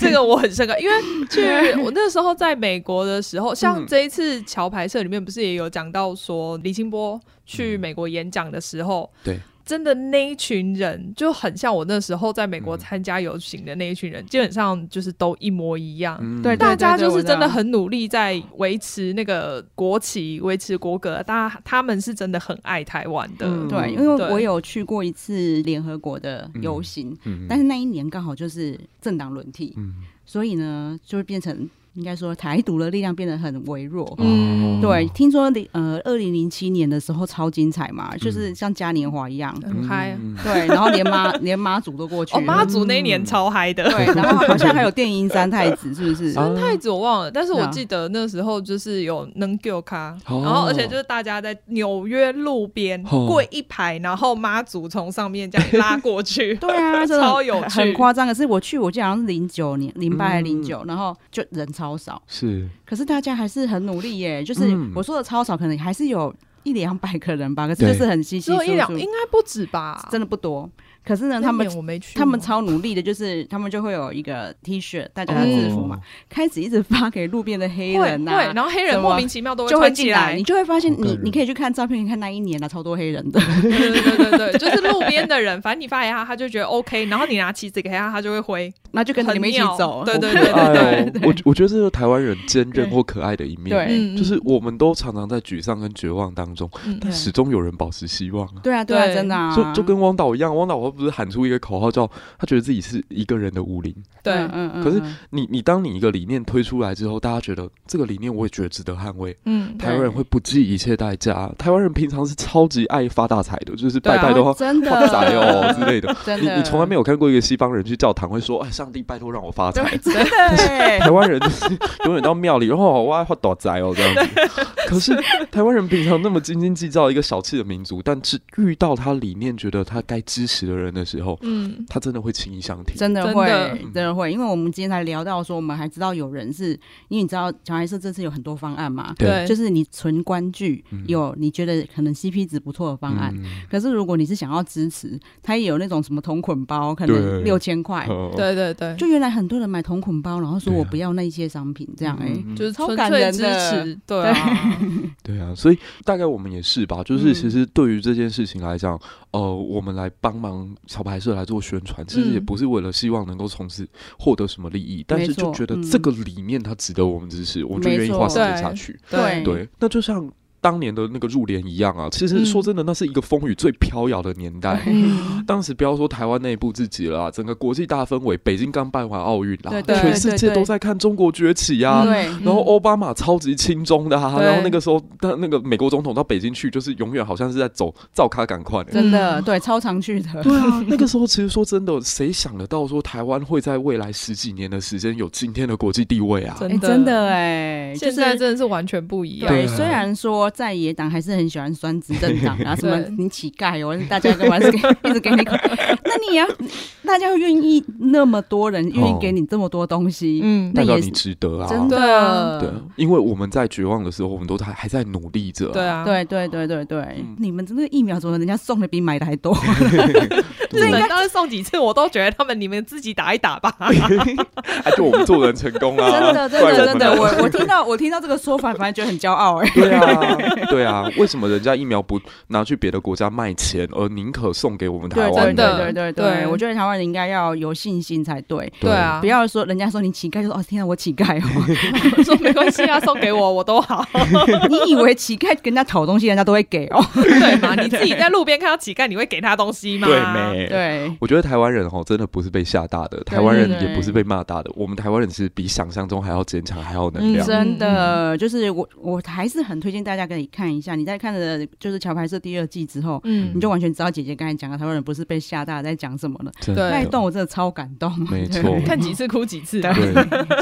Speaker 2: 这个我很深刻，因为去 我那时候在美国的时候，像
Speaker 3: 嗯
Speaker 2: 这一次桥牌社里面不是也有讲到说，李清波去
Speaker 3: 嗯
Speaker 2: 美国演讲的时候，
Speaker 3: 对。
Speaker 2: 真的那一群人就很像我那时候在美国
Speaker 3: 嗯
Speaker 2: 参加游行的那一群人，基本上就是都一模一样。
Speaker 3: 嗯
Speaker 1: 对
Speaker 2: 大家
Speaker 1: 对
Speaker 2: 就
Speaker 1: 我
Speaker 2: 是
Speaker 1: 知
Speaker 2: 真的
Speaker 1: 道
Speaker 2: 很努力在维持那个国旗、维持国格，大家他们是真的很爱台湾的。
Speaker 3: 嗯
Speaker 1: 对，因为
Speaker 2: 对
Speaker 1: 我有去过一次联合国的游行，
Speaker 3: 嗯
Speaker 1: 但是那一年刚好就是政党轮替，
Speaker 3: 嗯
Speaker 1: 所以呢，就会变成应该说台独的力量变得很微弱。
Speaker 3: 哦
Speaker 2: 嗯
Speaker 1: 对，，听说零呃，二零零七年的时候超精彩
Speaker 2: 嗯
Speaker 1: 嘛，就是像嘉年华一样，
Speaker 2: 很
Speaker 3: 嗯
Speaker 2: 嗨啊。
Speaker 1: 对，然后连妈 连妈祖都过去
Speaker 2: 哦，
Speaker 1: 了，
Speaker 2: 妈祖那一年超嗨的。
Speaker 1: 对，然后好像还有电音三太子，是不是？
Speaker 3: 啊
Speaker 2: 太子我忘了，但是我
Speaker 1: 啊，
Speaker 2: 记得那时候就是有能 g 咖，
Speaker 3: 哦
Speaker 2: 然后而且就是大家在纽约路边
Speaker 3: 哦
Speaker 2: 跪一排，然后妈祖从上面这样拉过去
Speaker 1: 对啊，真的
Speaker 2: 超有趣
Speaker 1: 很夸张。可是我去，我记得好像是零九年、零八还
Speaker 3: 嗯
Speaker 1: 零九，然后就人超少，
Speaker 3: 是
Speaker 1: 可是大家还是很努力耶。就是
Speaker 3: 嗯
Speaker 1: 我说的超少，可能还是有一两百个人吧，可是
Speaker 3: 对
Speaker 1: 就是很稀稀
Speaker 2: 只
Speaker 1: 疏
Speaker 2: 有一两，
Speaker 1: 疏
Speaker 2: 应，该不止吧？
Speaker 1: 真的不多。可是呢，
Speaker 2: 的
Speaker 1: 他们
Speaker 2: 我没去过，
Speaker 1: 他们超努力的，就是他们就会有一个 T 恤，大家的制服嘛，开始一直发给路边的黑
Speaker 2: 会
Speaker 1: 人
Speaker 2: 哦会，
Speaker 1: 呐、
Speaker 2: 然后黑人
Speaker 1: 什么
Speaker 2: 莫名其妙都
Speaker 1: 就会
Speaker 2: 穿起
Speaker 1: 进来，
Speaker 2: 来
Speaker 1: 你，就会发现
Speaker 3: 好感
Speaker 1: 你，你
Speaker 3: 人
Speaker 1: 可以去看照片，你看那一年啊，超多黑人的，
Speaker 2: 对对对对对，就是路边的人，反正你发给他，他就觉得 OK，然后你拿旗子给他，他就会挥，
Speaker 1: 那就跟着
Speaker 2: 很
Speaker 1: 你们一起
Speaker 2: 妙
Speaker 1: 走，
Speaker 2: 对对
Speaker 3: 可
Speaker 2: 对对对，
Speaker 3: 爱哦。我我觉得这是台湾人坚韧或可爱的一面。
Speaker 1: 对
Speaker 2: 嗯，
Speaker 3: 哎就是我们都常常在沮丧跟绝望当中，
Speaker 2: 嗯
Speaker 3: 但始终有人保持希望啊。
Speaker 1: 对啊，对啊，
Speaker 2: 对
Speaker 1: 真的啊，
Speaker 3: 就就跟汪导一样，汪导他不是喊出一个口号叫他觉得自己是一个人的武林。
Speaker 2: 对
Speaker 1: 嗯嗯嗯，
Speaker 3: 可是
Speaker 1: 嗯
Speaker 3: 你你当你一个理念推出来之后，大家觉得这个理念我也觉得值得捍卫，
Speaker 2: 嗯
Speaker 3: 台湾人会不计一切代价。台湾人平常是超级爱发大财的，就是拜拜都要
Speaker 1: 啊真的
Speaker 3: 发财哦之类的。
Speaker 1: 真
Speaker 3: 你
Speaker 1: 的，
Speaker 3: 你从来没有看过一个西方人去教堂会说：“哎，上帝，拜托让我发财。”
Speaker 1: 对，真的
Speaker 3: 台湾人就是永远到庙里，然后我要发大财哦这样子。 可是台湾人平常那么斤斤计较一个小气的民族，但是遇到他理念觉得他该支持的人的时候，
Speaker 2: 嗯，
Speaker 3: 他真的会情意相挺。
Speaker 1: 真的会，
Speaker 2: 真的
Speaker 1: 真的会，因为我们今天才聊到说，我们还知道有人是，因为你知道小孩社这次有很多方案嘛，
Speaker 2: 对，
Speaker 1: 就是你存关剧
Speaker 3: 嗯
Speaker 1: 有你觉得可能 CP 值不错的方案，
Speaker 3: 嗯
Speaker 1: 可是如果你是想要支持，它也有那种什么同捆包，可能
Speaker 3: 对
Speaker 1: 六千块，
Speaker 3: 哦
Speaker 2: 对对对，
Speaker 1: 就原来很多人买同捆包，然后说
Speaker 3: 对啊
Speaker 1: 我不要那些商品，这样哎、
Speaker 3: 嗯嗯嗯
Speaker 2: 就是
Speaker 1: 超
Speaker 2: 纯
Speaker 1: 感
Speaker 2: 粹
Speaker 1: 人
Speaker 2: 支
Speaker 1: 的
Speaker 2: 持，对啊，
Speaker 3: 对啊，所以大概我们也是吧，就是
Speaker 1: 嗯
Speaker 3: 其实对于这件事情来讲，呃，我们来帮忙小白社来做宣传，其实也
Speaker 2: 嗯
Speaker 3: 不是为了希望能够从此获得什么利益，但
Speaker 1: 没
Speaker 3: 是就
Speaker 1: 错
Speaker 3: 觉得
Speaker 1: 嗯
Speaker 3: 这个理念它值得我们支持，我们就
Speaker 1: 没
Speaker 3: 愿意
Speaker 1: 错
Speaker 3: 花时间
Speaker 2: 对
Speaker 3: 下去。
Speaker 1: 对嗯
Speaker 3: 对，那就像当年的那个入联一样啊，其实
Speaker 2: 嗯
Speaker 3: 说真的，那是一个风雨最飘摇的年 代。
Speaker 2: 嗯，
Speaker 3: 当时不要说台湾内部自己了啊，整个国际大氛围，北京刚办完奥运啦啊
Speaker 1: 对，对
Speaker 3: 全世界
Speaker 2: 对对
Speaker 3: 都在看中国崛起啊
Speaker 2: 嗯
Speaker 3: 呀、
Speaker 1: 对，
Speaker 3: 然后哦奥巴马超级亲中的、啊，
Speaker 2: 对
Speaker 3: 然后那个时候，他那个美国总统到北京去，就是永远好像是在走造咖赶快、
Speaker 1: 哎真的对超常去的，
Speaker 3: 对啊，那个时候其实说真的，谁想得到说台湾会在未来十几年的时间有今天的国际地位啊？
Speaker 2: 真
Speaker 1: 哎， 真的哎、就
Speaker 2: 现
Speaker 1: 是
Speaker 2: 在真的是完全不一样。
Speaker 1: 对，
Speaker 3: 对啊
Speaker 1: 虽然说在野党还是很喜欢酸执政党 啊，什么
Speaker 2: 对
Speaker 1: 你乞丐哦，大家干嘛是给一直给你口，那你也要大家愿意那么多人愿意给你这么多东西，
Speaker 2: 嗯
Speaker 1: 那
Speaker 3: 代表
Speaker 1: 也
Speaker 3: 你值得啊！
Speaker 1: 真
Speaker 2: 对啊
Speaker 1: 的，
Speaker 3: 对，因为我们在绝望的时候，我们都还还在努力着、
Speaker 2: 对，啊，
Speaker 1: 对对对对对，
Speaker 3: 嗯
Speaker 1: 你们这个疫苗怎么人家送的比买的还多？
Speaker 2: 日本当时送几次我都觉得他们你们自己打一打吧。
Speaker 3: 哎，就我们做人成功啦、
Speaker 1: 真的真
Speaker 3: 啊怪我
Speaker 1: 的
Speaker 3: 们
Speaker 1: 真的，
Speaker 3: 了
Speaker 1: 我我听到我听到这个说法，反正觉得很骄傲哎、
Speaker 3: 对啊，对啊，为什么人家疫苗不拿去别的国家卖钱，而宁可送给我们
Speaker 1: 对
Speaker 3: 台湾
Speaker 1: 对
Speaker 2: 真的
Speaker 1: 对啊
Speaker 3: 人？
Speaker 1: 对对
Speaker 2: 对
Speaker 1: 对，我觉得台湾人应该要有信心才对，
Speaker 2: 对啊，
Speaker 1: 不要说人家说你乞丐，就说哦天啊我乞丐哦，
Speaker 2: 说没关系啊，送给我我都好，
Speaker 1: 你以为乞丐跟人家讨东西，人家都会给哦？
Speaker 2: 对嘛？你自己在路边看到乞丐，你会给他东西吗？
Speaker 3: 对没？
Speaker 1: 对，
Speaker 3: 我觉得台湾人哦，真的不是被吓大的，台湾人
Speaker 1: 对对
Speaker 3: 也不是被骂大的。我们台湾人其实比想象中还要坚强，还要有能
Speaker 2: 嗯
Speaker 3: 量。
Speaker 1: 真的就是我我还是很推荐大家可以看一下，你在看了就是《桥牌社》第二季之后。
Speaker 2: 嗯
Speaker 1: 你，就完全知道姐姐刚才讲的台湾人不是被吓大在讲什么了。
Speaker 3: 真
Speaker 2: 对
Speaker 1: 那一
Speaker 3: 的
Speaker 1: 段我真的超感动，
Speaker 3: 没错
Speaker 1: 对
Speaker 2: 看几次哭几次。
Speaker 3: 对，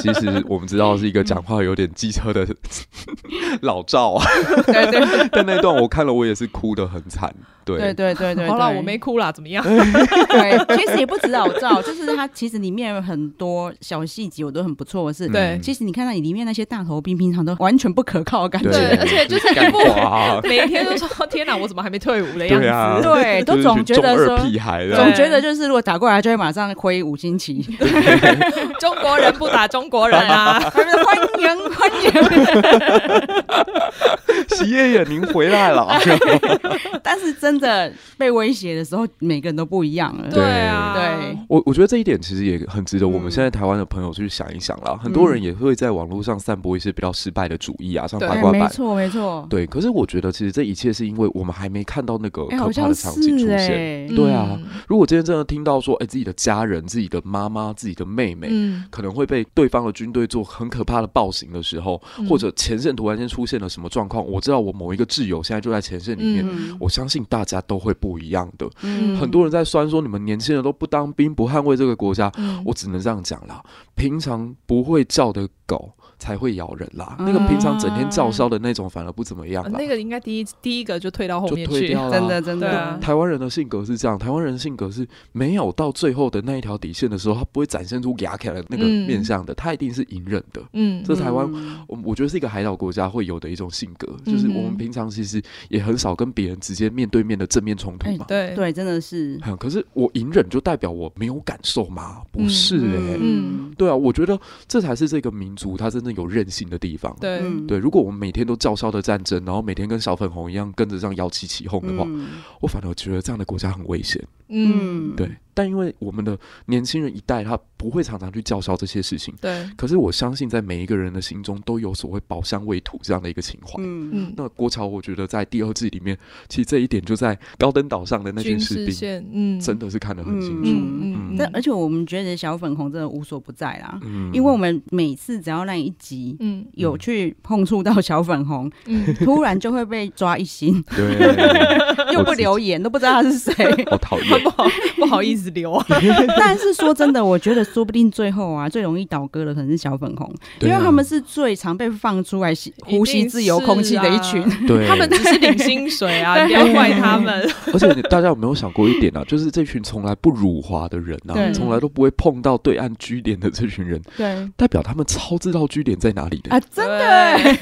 Speaker 3: 其实我们知道是一个讲话有点机车的 老赵啊，
Speaker 1: 对对对
Speaker 3: 但那段我看了，我也是哭得很惨。对，
Speaker 1: 对对对对。
Speaker 2: 好了，
Speaker 1: 对
Speaker 2: 我没哭啦，怎么样？
Speaker 1: 对，其实也不止老赵，就是它其实里面有很多小细节，我都很不错的是。
Speaker 2: 对
Speaker 1: 其实你看到你里面那些大头兵，平常都完全不可靠的感
Speaker 3: 对
Speaker 2: 对
Speaker 1: 觉，
Speaker 2: 而且就是
Speaker 3: 干
Speaker 2: 一部
Speaker 3: 哇
Speaker 2: 每一天都说天哪，我怎么还没退伍的样
Speaker 3: 啊对啊
Speaker 2: 子？
Speaker 1: 对，
Speaker 3: 就
Speaker 1: 都
Speaker 3: 是
Speaker 1: 总觉
Speaker 3: 中
Speaker 1: 得
Speaker 3: 二
Speaker 1: 说，
Speaker 3: 屁孩的，
Speaker 1: 总觉得就是如果打过来就会马上挥五星旗，
Speaker 2: 中国人不打中国人啊！
Speaker 1: 欢迎欢迎。
Speaker 3: 喜爷爷您回 来了，
Speaker 1: 但是真的被威胁的时候，每个人都不一样了。
Speaker 3: 对
Speaker 2: 啊，
Speaker 1: 对
Speaker 3: 我我觉得这一点其实也很值得我们
Speaker 1: 嗯
Speaker 3: 现在台湾的朋友去想一想啦。很多人也会在网络上散播一些比较失败的主义啊，像
Speaker 2: 对
Speaker 3: 八
Speaker 1: 哎
Speaker 3: 卦
Speaker 1: 没
Speaker 3: 版。
Speaker 1: 错没错。
Speaker 3: 对，可是我觉得其实这一切是因为我们还没看到那个
Speaker 1: 哎，
Speaker 3: 可
Speaker 1: 好
Speaker 3: 怕
Speaker 1: 像
Speaker 3: 的场景出
Speaker 1: 是
Speaker 3: 现。
Speaker 1: 哎，
Speaker 2: 嗯
Speaker 3: 对啊如果今天真的听到说，哎，自己的家人、自己的妈妈、自己的妹妹，
Speaker 2: 嗯，
Speaker 3: 可能会被对方的军队做很可怕的暴行的时候，
Speaker 2: 嗯，
Speaker 3: 或者前线突然间出现了什么状况，我知道我某一个挚友现在就在前线里面，
Speaker 1: 嗯
Speaker 3: 我相信大家都会不一样的。
Speaker 1: 嗯
Speaker 3: 很多人在酸说你们年轻人都不当兵，不捍卫这个国家，
Speaker 2: 嗯
Speaker 3: 我只能这样讲啦。平常不会叫的狗才会咬人啦，那个
Speaker 1: 嗯
Speaker 3: 平常整天叫嚣的那种反而不怎么样
Speaker 2: 呃
Speaker 3: 啦，
Speaker 2: 那个应该第一第一个就退到后
Speaker 3: 就
Speaker 2: 面
Speaker 3: 退
Speaker 2: 去。
Speaker 3: 掉
Speaker 1: 真
Speaker 3: 啦
Speaker 1: 的。真
Speaker 2: 对啊
Speaker 1: 的，
Speaker 3: 台湾人的性格是这样，台湾人的性格是没有到最后的那一条底线的时候，他不会展现出牙起来的那个
Speaker 2: 嗯
Speaker 3: 面向的，他一定是隐忍的。
Speaker 2: 嗯
Speaker 3: 这是台湾
Speaker 1: 嗯
Speaker 3: 我我觉得是一个海岛国家会有的一种性格，就是
Speaker 2: 嗯
Speaker 3: 我
Speaker 2: 哼
Speaker 3: 们平常其实也很少跟别人直接面对面的正面冲突
Speaker 1: 哎
Speaker 3: 嘛。
Speaker 2: 对，
Speaker 1: 对，真的是。
Speaker 3: 嗯可是我隐忍就代表我没有感受吗？不是哎、
Speaker 2: 嗯
Speaker 3: 对啊，我觉得这才是这个民族它真正有韧性的地方。
Speaker 2: 对
Speaker 1: 嗯
Speaker 3: 对，如果我们每天都叫嚣的战争，然后每天跟小粉红一样跟着这样摇旗起哄的话，
Speaker 1: 嗯
Speaker 3: 我反而觉得这样的国家很危险。
Speaker 2: 嗯
Speaker 3: 对，但因为我们的年轻人一代他不会常常去叫嚣这些事情，
Speaker 2: 对，
Speaker 3: 可是我相信在每一个人的心中都有所谓“宝相未土”这样的一个情怀。
Speaker 1: 嗯
Speaker 2: 嗯，
Speaker 3: 那郭乔，我觉得在第二季里面，其实这一点就在高登岛上的那群
Speaker 2: 军
Speaker 3: 士
Speaker 2: 事
Speaker 3: 兵，
Speaker 2: 线，嗯，
Speaker 3: 真的是看得很清楚。
Speaker 2: 嗯，嗯嗯，
Speaker 1: 但而且我们觉得小粉红真的无所不在啦，
Speaker 3: 嗯，
Speaker 1: 因为我们每次只要那一集
Speaker 2: 嗯
Speaker 1: 有去碰触到小粉红，
Speaker 2: 嗯，
Speaker 1: 突然就会被抓一星
Speaker 3: 对，
Speaker 1: 又不留言，都不知道他是 谁。
Speaker 3: 好讨
Speaker 2: 很
Speaker 3: 厌。
Speaker 2: 不好不好意思 留啊，
Speaker 1: 但是说真的，我觉得说不定最后啊，最容易倒戈的可能是小粉红，因
Speaker 3: 对
Speaker 1: 为
Speaker 3: 啊
Speaker 1: 他们是最常被放出来吸呼吸自由空气的一群
Speaker 2: 一。定是啊
Speaker 3: 对
Speaker 2: 他们只是领薪 水啊，不要怪他们。
Speaker 3: 而且你大家有没有想过一点啊？就是这群从来不辱华的人啊，
Speaker 1: 对
Speaker 3: 从来都不会碰到对岸居点的这群人，
Speaker 1: 对
Speaker 3: 代表他们超知道居点在哪里的，
Speaker 1: 啊，真的欸。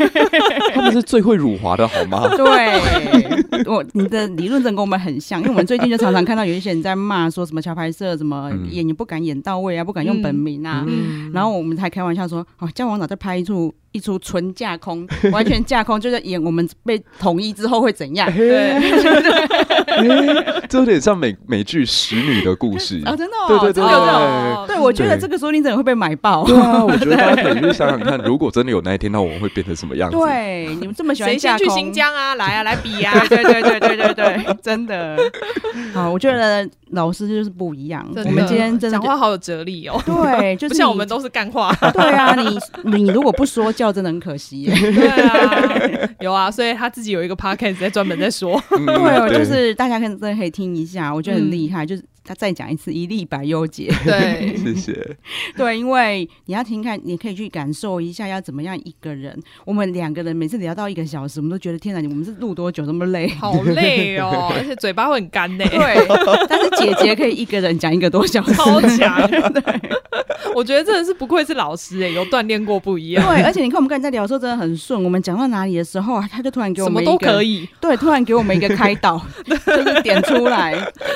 Speaker 3: 他们是最会辱华的好 吗？
Speaker 1: 对，我你的理论真的跟我们很像，因为我们最近就常常看到有一些人在骂说什么桥牌社什么
Speaker 3: 嗯。
Speaker 1: 演也不敢演到位啊，不敢用本名啊。
Speaker 2: 嗯
Speaker 1: 然后我们还开玩笑说，哦，姜王老在拍一出一出纯架空， 完全架空，就是演我们被统一之后会怎样 嗯
Speaker 3: 对，这有点像美美剧《使女的故事》
Speaker 1: 啊，真的、哦，
Speaker 3: 对对对
Speaker 1: 真的有这种
Speaker 2: 哦
Speaker 1: 对，我觉得这个说不定真的会被买爆。
Speaker 3: 对啊，我觉得大家可以去想想看，如果真的有那一天，那我们会变成什么样子？
Speaker 1: 对，你们这么喜欢
Speaker 2: 谁
Speaker 1: 架
Speaker 2: 先
Speaker 1: 空，
Speaker 2: 去新疆啊？来啊，来 比啊！
Speaker 1: 对对对对对对， 真的。好，我觉得老师就是不一样。
Speaker 2: 真的
Speaker 1: 我们今天真的
Speaker 2: 讲
Speaker 1: 就
Speaker 2: 话好有哲理哦，
Speaker 1: 对，就是
Speaker 2: 不像我
Speaker 1: 你
Speaker 2: 们都是干 话。
Speaker 1: 对啊，你你如果不说教，真的很可惜耶。
Speaker 2: 对啊，有啊，所以他自己有一个 podcast 在专门在说。
Speaker 3: 嗯
Speaker 1: 对哦，就是大家可以真的可以听一下，我觉得
Speaker 2: 嗯
Speaker 1: 很厉害。就是他再讲一次，一粒百优解。
Speaker 2: 对，？
Speaker 3: 谢谢。
Speaker 1: 对，因为你要听看，你可以去感受一下要怎么样一个人。我们两个人每次聊到一个小时，我们都觉得天哪，你我们是录多久这么累
Speaker 2: 好累 哦，而且嘴巴会很干呢、
Speaker 1: 对，但是姐姐可以一个人讲一个多小时，
Speaker 2: 超强。我觉得真的是不愧是老师哎、有锻炼过不一 样，
Speaker 1: 对，而且你看我们刚才在聊的时候真的很顺，我们讲到哪里的时候啊，他就突然给我
Speaker 2: 什么
Speaker 1: 们
Speaker 2: 都
Speaker 1: 一个
Speaker 2: 可以。
Speaker 1: 对，突然给我们一个开导，就是点出来，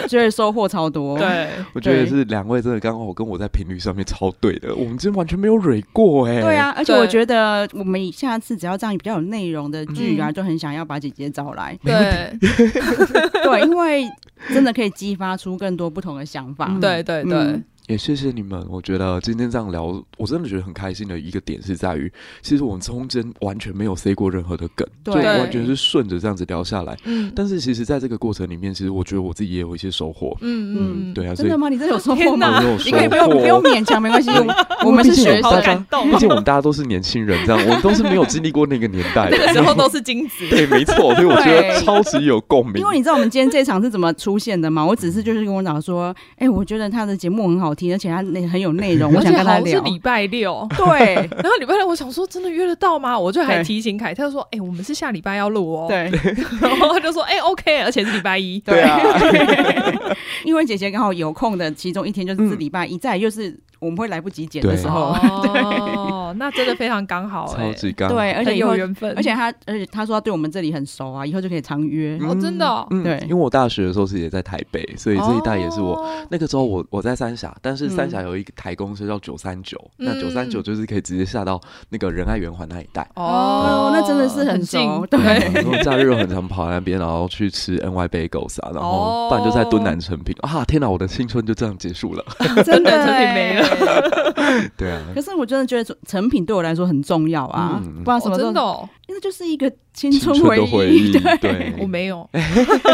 Speaker 1: 觉得收获超多。
Speaker 2: 对
Speaker 3: 我觉得
Speaker 1: 对
Speaker 3: 是两位真的刚好跟我在频率上面超对的，我们今天完全没有蕊过哎、
Speaker 1: 对啊，而且
Speaker 2: 对
Speaker 1: 我觉得我们下次只要这样比较有内容的剧啊，
Speaker 2: 嗯，
Speaker 1: 就很想要把姐姐找来
Speaker 2: 对
Speaker 1: 对，因为真的可以激发出更多不同的想法。
Speaker 2: 对对对对
Speaker 1: 嗯，
Speaker 3: 也谢谢你们，我觉得今天这样聊，我真的觉得很开心的一个点是在于，其实我们中间完全没有 say 过任何的梗，
Speaker 1: 对
Speaker 3: 就完全是顺着这样子聊下来。
Speaker 2: 嗯
Speaker 3: 但是其实在这个过程里面，其实我觉得我自己也有一些收获。
Speaker 2: 嗯
Speaker 3: 对啊，所
Speaker 1: 真
Speaker 3: 以
Speaker 1: 的吗？你真的有收获
Speaker 2: 天
Speaker 1: 吗
Speaker 2: 哪？
Speaker 3: 我有
Speaker 1: 你
Speaker 3: 收
Speaker 1: 可以不用不用
Speaker 3: 获。
Speaker 1: 勉强，没关系，我们我们
Speaker 3: 毕
Speaker 1: 是
Speaker 3: 竟
Speaker 1: 学
Speaker 3: 我
Speaker 2: 好
Speaker 3: 大
Speaker 1: 生，
Speaker 2: 感
Speaker 3: 家，
Speaker 2: 动哦
Speaker 3: 毕竟我们大家都是年轻人，这样我们都是没有经历过那个年代
Speaker 2: 那个时
Speaker 3: 的。
Speaker 2: 候都是金子，
Speaker 3: 对，没错，所以我觉得
Speaker 1: 对
Speaker 3: 超级有共鸣
Speaker 1: 因。为你知道我们今天这场是怎么出现的吗？我只是就是跟我导说，哎、我觉得他的节目很好听，而且他那很有内容，我
Speaker 2: 嗯而且
Speaker 1: 想跟
Speaker 2: 好
Speaker 1: 他
Speaker 2: 像是
Speaker 1: 聊。。
Speaker 2: 礼拜 六
Speaker 1: 对
Speaker 2: 然后礼拜六我想说，真的约得到吗？我就还
Speaker 1: 对
Speaker 2: 提醒凯特说，哎，我们是下礼拜要录哦。，
Speaker 1: 对
Speaker 2: 然后他就说，哎，OK，而且是礼 拜一。
Speaker 3: 对啊，
Speaker 1: 因为姐姐刚好有空的其中一天就是是
Speaker 3: 嗯
Speaker 1: 礼拜一，再来就是我们会来不及剪的
Speaker 3: 对
Speaker 1: 时候，
Speaker 2: 哦，那真的非常刚好，
Speaker 3: 超
Speaker 2: 哎，
Speaker 3: 级刚。
Speaker 1: 对，而且
Speaker 2: 很
Speaker 1: 以后
Speaker 2: 有缘分，
Speaker 1: 而且他而且他说他对我们这里很熟啊，以后就可以常约。
Speaker 2: 哦真的哦
Speaker 3: 嗯
Speaker 1: 对
Speaker 3: 因为我大学的时候是也在台北，所以这一带也是我。
Speaker 2: 哦
Speaker 3: 那个时候我我在三峡，但是三峡
Speaker 1: 嗯
Speaker 3: 有一个台公车叫九三九，那
Speaker 2: 嗯
Speaker 3: 九三九就是可以直接下到那个仁爱圆环那一 带。
Speaker 1: 哦那真的是很
Speaker 2: 近
Speaker 1: 熟对
Speaker 3: 然后假日我很常跑那边，然后去吃 NY Bagels 啊，然后不然就在敦南成
Speaker 1: 哦
Speaker 3: 品啊！天哪，我的青春就这样 结束了。
Speaker 1: 真的
Speaker 2: 成品没
Speaker 1: 了。
Speaker 3: 对啊，
Speaker 1: 可是我真的觉得成品对我来说很重要啊，
Speaker 3: 嗯
Speaker 1: 不知道什么
Speaker 2: 哦
Speaker 1: 时候，
Speaker 2: 真的哦，
Speaker 1: 因为就是一个青
Speaker 3: 青
Speaker 1: 春
Speaker 3: 春的回忆，
Speaker 1: 对，
Speaker 3: 对，哎
Speaker 2: 我没有，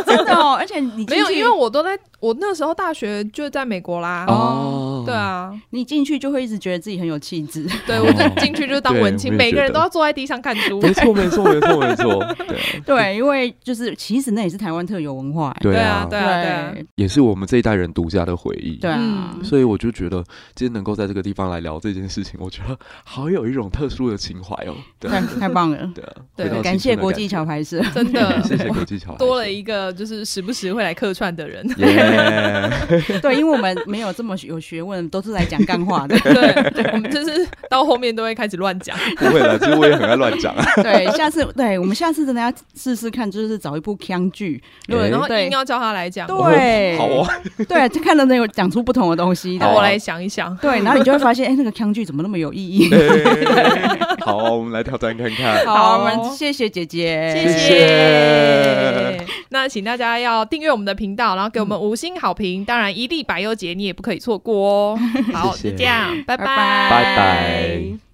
Speaker 1: 真的哦。而且你进去
Speaker 2: 没有，因为我都在我那时候大学就在美国啦。
Speaker 3: 哦，
Speaker 2: 对，啊，
Speaker 1: 你进去就会一直觉得自己很有气质，
Speaker 2: 对
Speaker 3: 哦
Speaker 2: 我就进去就当文青，
Speaker 3: 对我
Speaker 2: 每
Speaker 3: 也觉得
Speaker 2: 个人都要坐在地上看书。
Speaker 3: 没错，没错，没错，没错，对啊
Speaker 1: 对，因为就是其实那也是台湾特有文化、欸，
Speaker 3: 对
Speaker 2: 啊
Speaker 3: 啊，，
Speaker 2: 对啊，对啊，
Speaker 1: 对
Speaker 3: 也是我们这一代人独家的回忆。
Speaker 1: 对啊
Speaker 2: 嗯，
Speaker 3: 所以我就觉得今天能够在这个地方来聊这件事情，我觉得好有一种特殊的情怀哦。对
Speaker 1: 太太棒了，
Speaker 3: 对啊，
Speaker 2: 对
Speaker 3: 回到
Speaker 1: 感谢
Speaker 3: 青春的
Speaker 1: 国
Speaker 3: 感
Speaker 1: 际
Speaker 3: 觉
Speaker 1: 桥牌社，
Speaker 2: 真的
Speaker 3: 谢谢国际桥，
Speaker 2: 多了一个就是时不时会来客串的人。，
Speaker 3: 耶，
Speaker 1: 对，因为我们没有这么有学问，都是来讲干话 的
Speaker 2: 对，我们就是到后面都会开始乱讲。
Speaker 3: 不会了，其实我也很爱乱讲啊。
Speaker 1: 对，下次对我们下次真的要试试看，就是找一部腔剧，
Speaker 3: 对
Speaker 2: 然后
Speaker 1: 对
Speaker 2: 硬要叫他来讲，
Speaker 1: 对
Speaker 2: 我
Speaker 1: 对
Speaker 3: 好哦，啊
Speaker 1: 对，就看到能有讲出不同的东西
Speaker 2: 那
Speaker 1: 的，
Speaker 2: 我来想一想。
Speaker 1: 对，然后你就会发现，哎，那个腔剧怎么那么有意 义？
Speaker 3: 对好，哦我们来挑战看看。
Speaker 1: 好，我们谢谢姐姐，
Speaker 2: 谢
Speaker 3: 谢谢嗯
Speaker 2: 那请大家要订阅我们的频道，然后给我们五星好评。当 然，一粒百优节你也不可以错过哦。好，
Speaker 3: 谢谢
Speaker 2: 就这样，拜
Speaker 1: 拜
Speaker 2: 拜，
Speaker 1: 拜
Speaker 3: 拜拜。